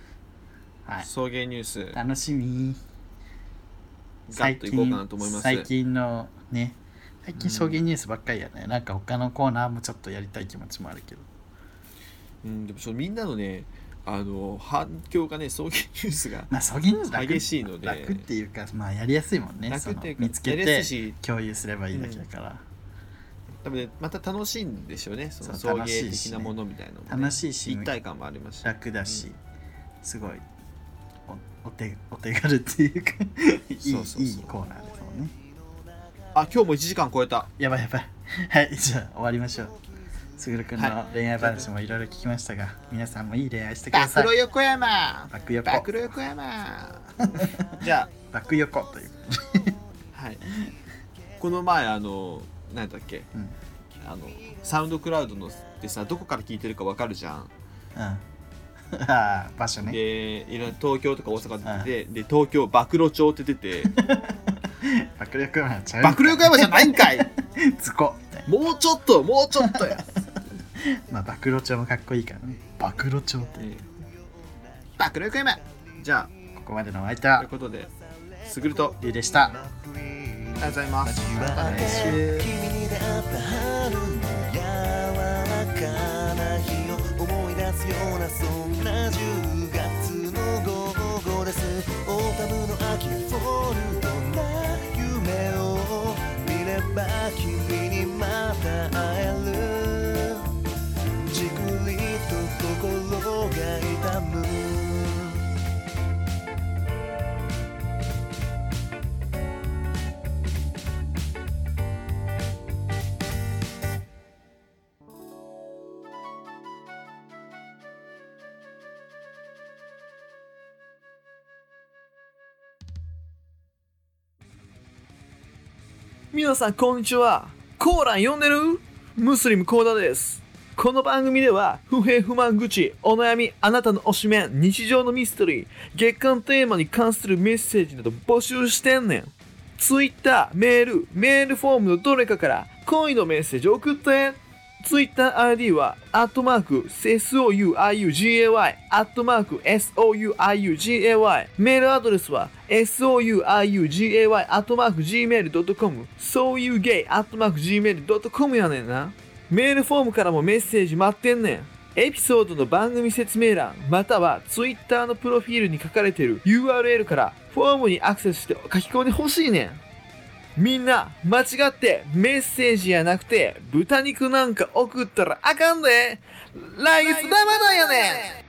Speaker 1: はい
Speaker 2: 送迎ニュース
Speaker 1: 楽しみ
Speaker 2: ガッといこうかなと思います
Speaker 1: 最近のね最近将棋ニュースばっかりやね、なんか他のコーナーもちょっとやりたい気持ちもあるけど
Speaker 2: うん、でもそのみんなのねあの反響がね送迎ニュースが
Speaker 1: まあ将棋ニュース楽
Speaker 2: 激しいので
Speaker 1: 楽っていうかまあやりやすいもんね
Speaker 2: 楽っていう
Speaker 1: そ
Speaker 2: か
Speaker 1: の見つけ
Speaker 2: やりや
Speaker 1: て
Speaker 2: すいし
Speaker 1: 共有すればいいだけだから、
Speaker 2: 多分ねまた楽しいんでしょうねその
Speaker 1: そ
Speaker 2: 送
Speaker 1: う
Speaker 2: 迎
Speaker 1: 楽しいし
Speaker 2: 的なものみたいなのもね、
Speaker 1: 楽しいし
Speaker 2: 一体感もありました
Speaker 1: 楽だし、すごいおお手お手軽っていうかいい
Speaker 2: そうそうそう
Speaker 1: いいコーナーですもんね
Speaker 2: あ今日も1時間超えた
Speaker 1: やばいやばい はいじゃあ終わりましょうすぐるくんの恋愛話もいろいろ聞きましたが、皆さんもいい恋愛してください
Speaker 2: 暴露横山
Speaker 1: 爆横
Speaker 2: 暴露 横山じゃ
Speaker 1: 爆横という
Speaker 2: あはい この前あの何だっけ、
Speaker 1: うん
Speaker 2: あのサウンドクラウドのでさどこから聞いてるかわかるじゃん、
Speaker 1: うんあ あ場所ね
Speaker 2: でいろいろ東京とか大阪で出て、で東京暴露町って出て
Speaker 1: 爆力はちゃう
Speaker 2: 暴露横山じゃないん かい
Speaker 1: つこみたいな
Speaker 2: もうちょっともうちょっとや
Speaker 1: まあ爆露帳もかっこいいからね爆露帳って
Speaker 2: 暴露横山じゃ
Speaker 1: ここまでのお相手
Speaker 2: あと
Speaker 1: は
Speaker 2: いうことですぐると
Speaker 1: リュウでした
Speaker 2: ありがとうございます
Speaker 1: また来週
Speaker 5: 君に出会った春の柔らかな日を思い出すようなそんな10月の午後ですオータムの秋フォルトな夢を見れば君にまた会えるじくりと心が痛む
Speaker 6: 皆さんこんにちはコーラン読んでるムスリムコーダですこの番組では不平不満愚痴お悩みあなたの推しメン日常のミステリー月間テーマに関するメッセージなど募集してんねん Twitter メールメールフォームのどれかから恋のメッセージ送って TwitterID は、アットマーク、souiugay、アットマーク、souiugay。メールアドレスは、souiugay、アットマーク、gmail.com、sougay、アットマーク、gmail.com やねんな。メールフォームからもメッセージ待ってんねん。エピソードの番組説明欄、または Twitter のプロフィールに書かれている URL から、フォームにアクセスして書き込んでほしいねん。みんな、間違ってメッセージやなくて豚肉なんか送ったらあかんで来月ダメだよね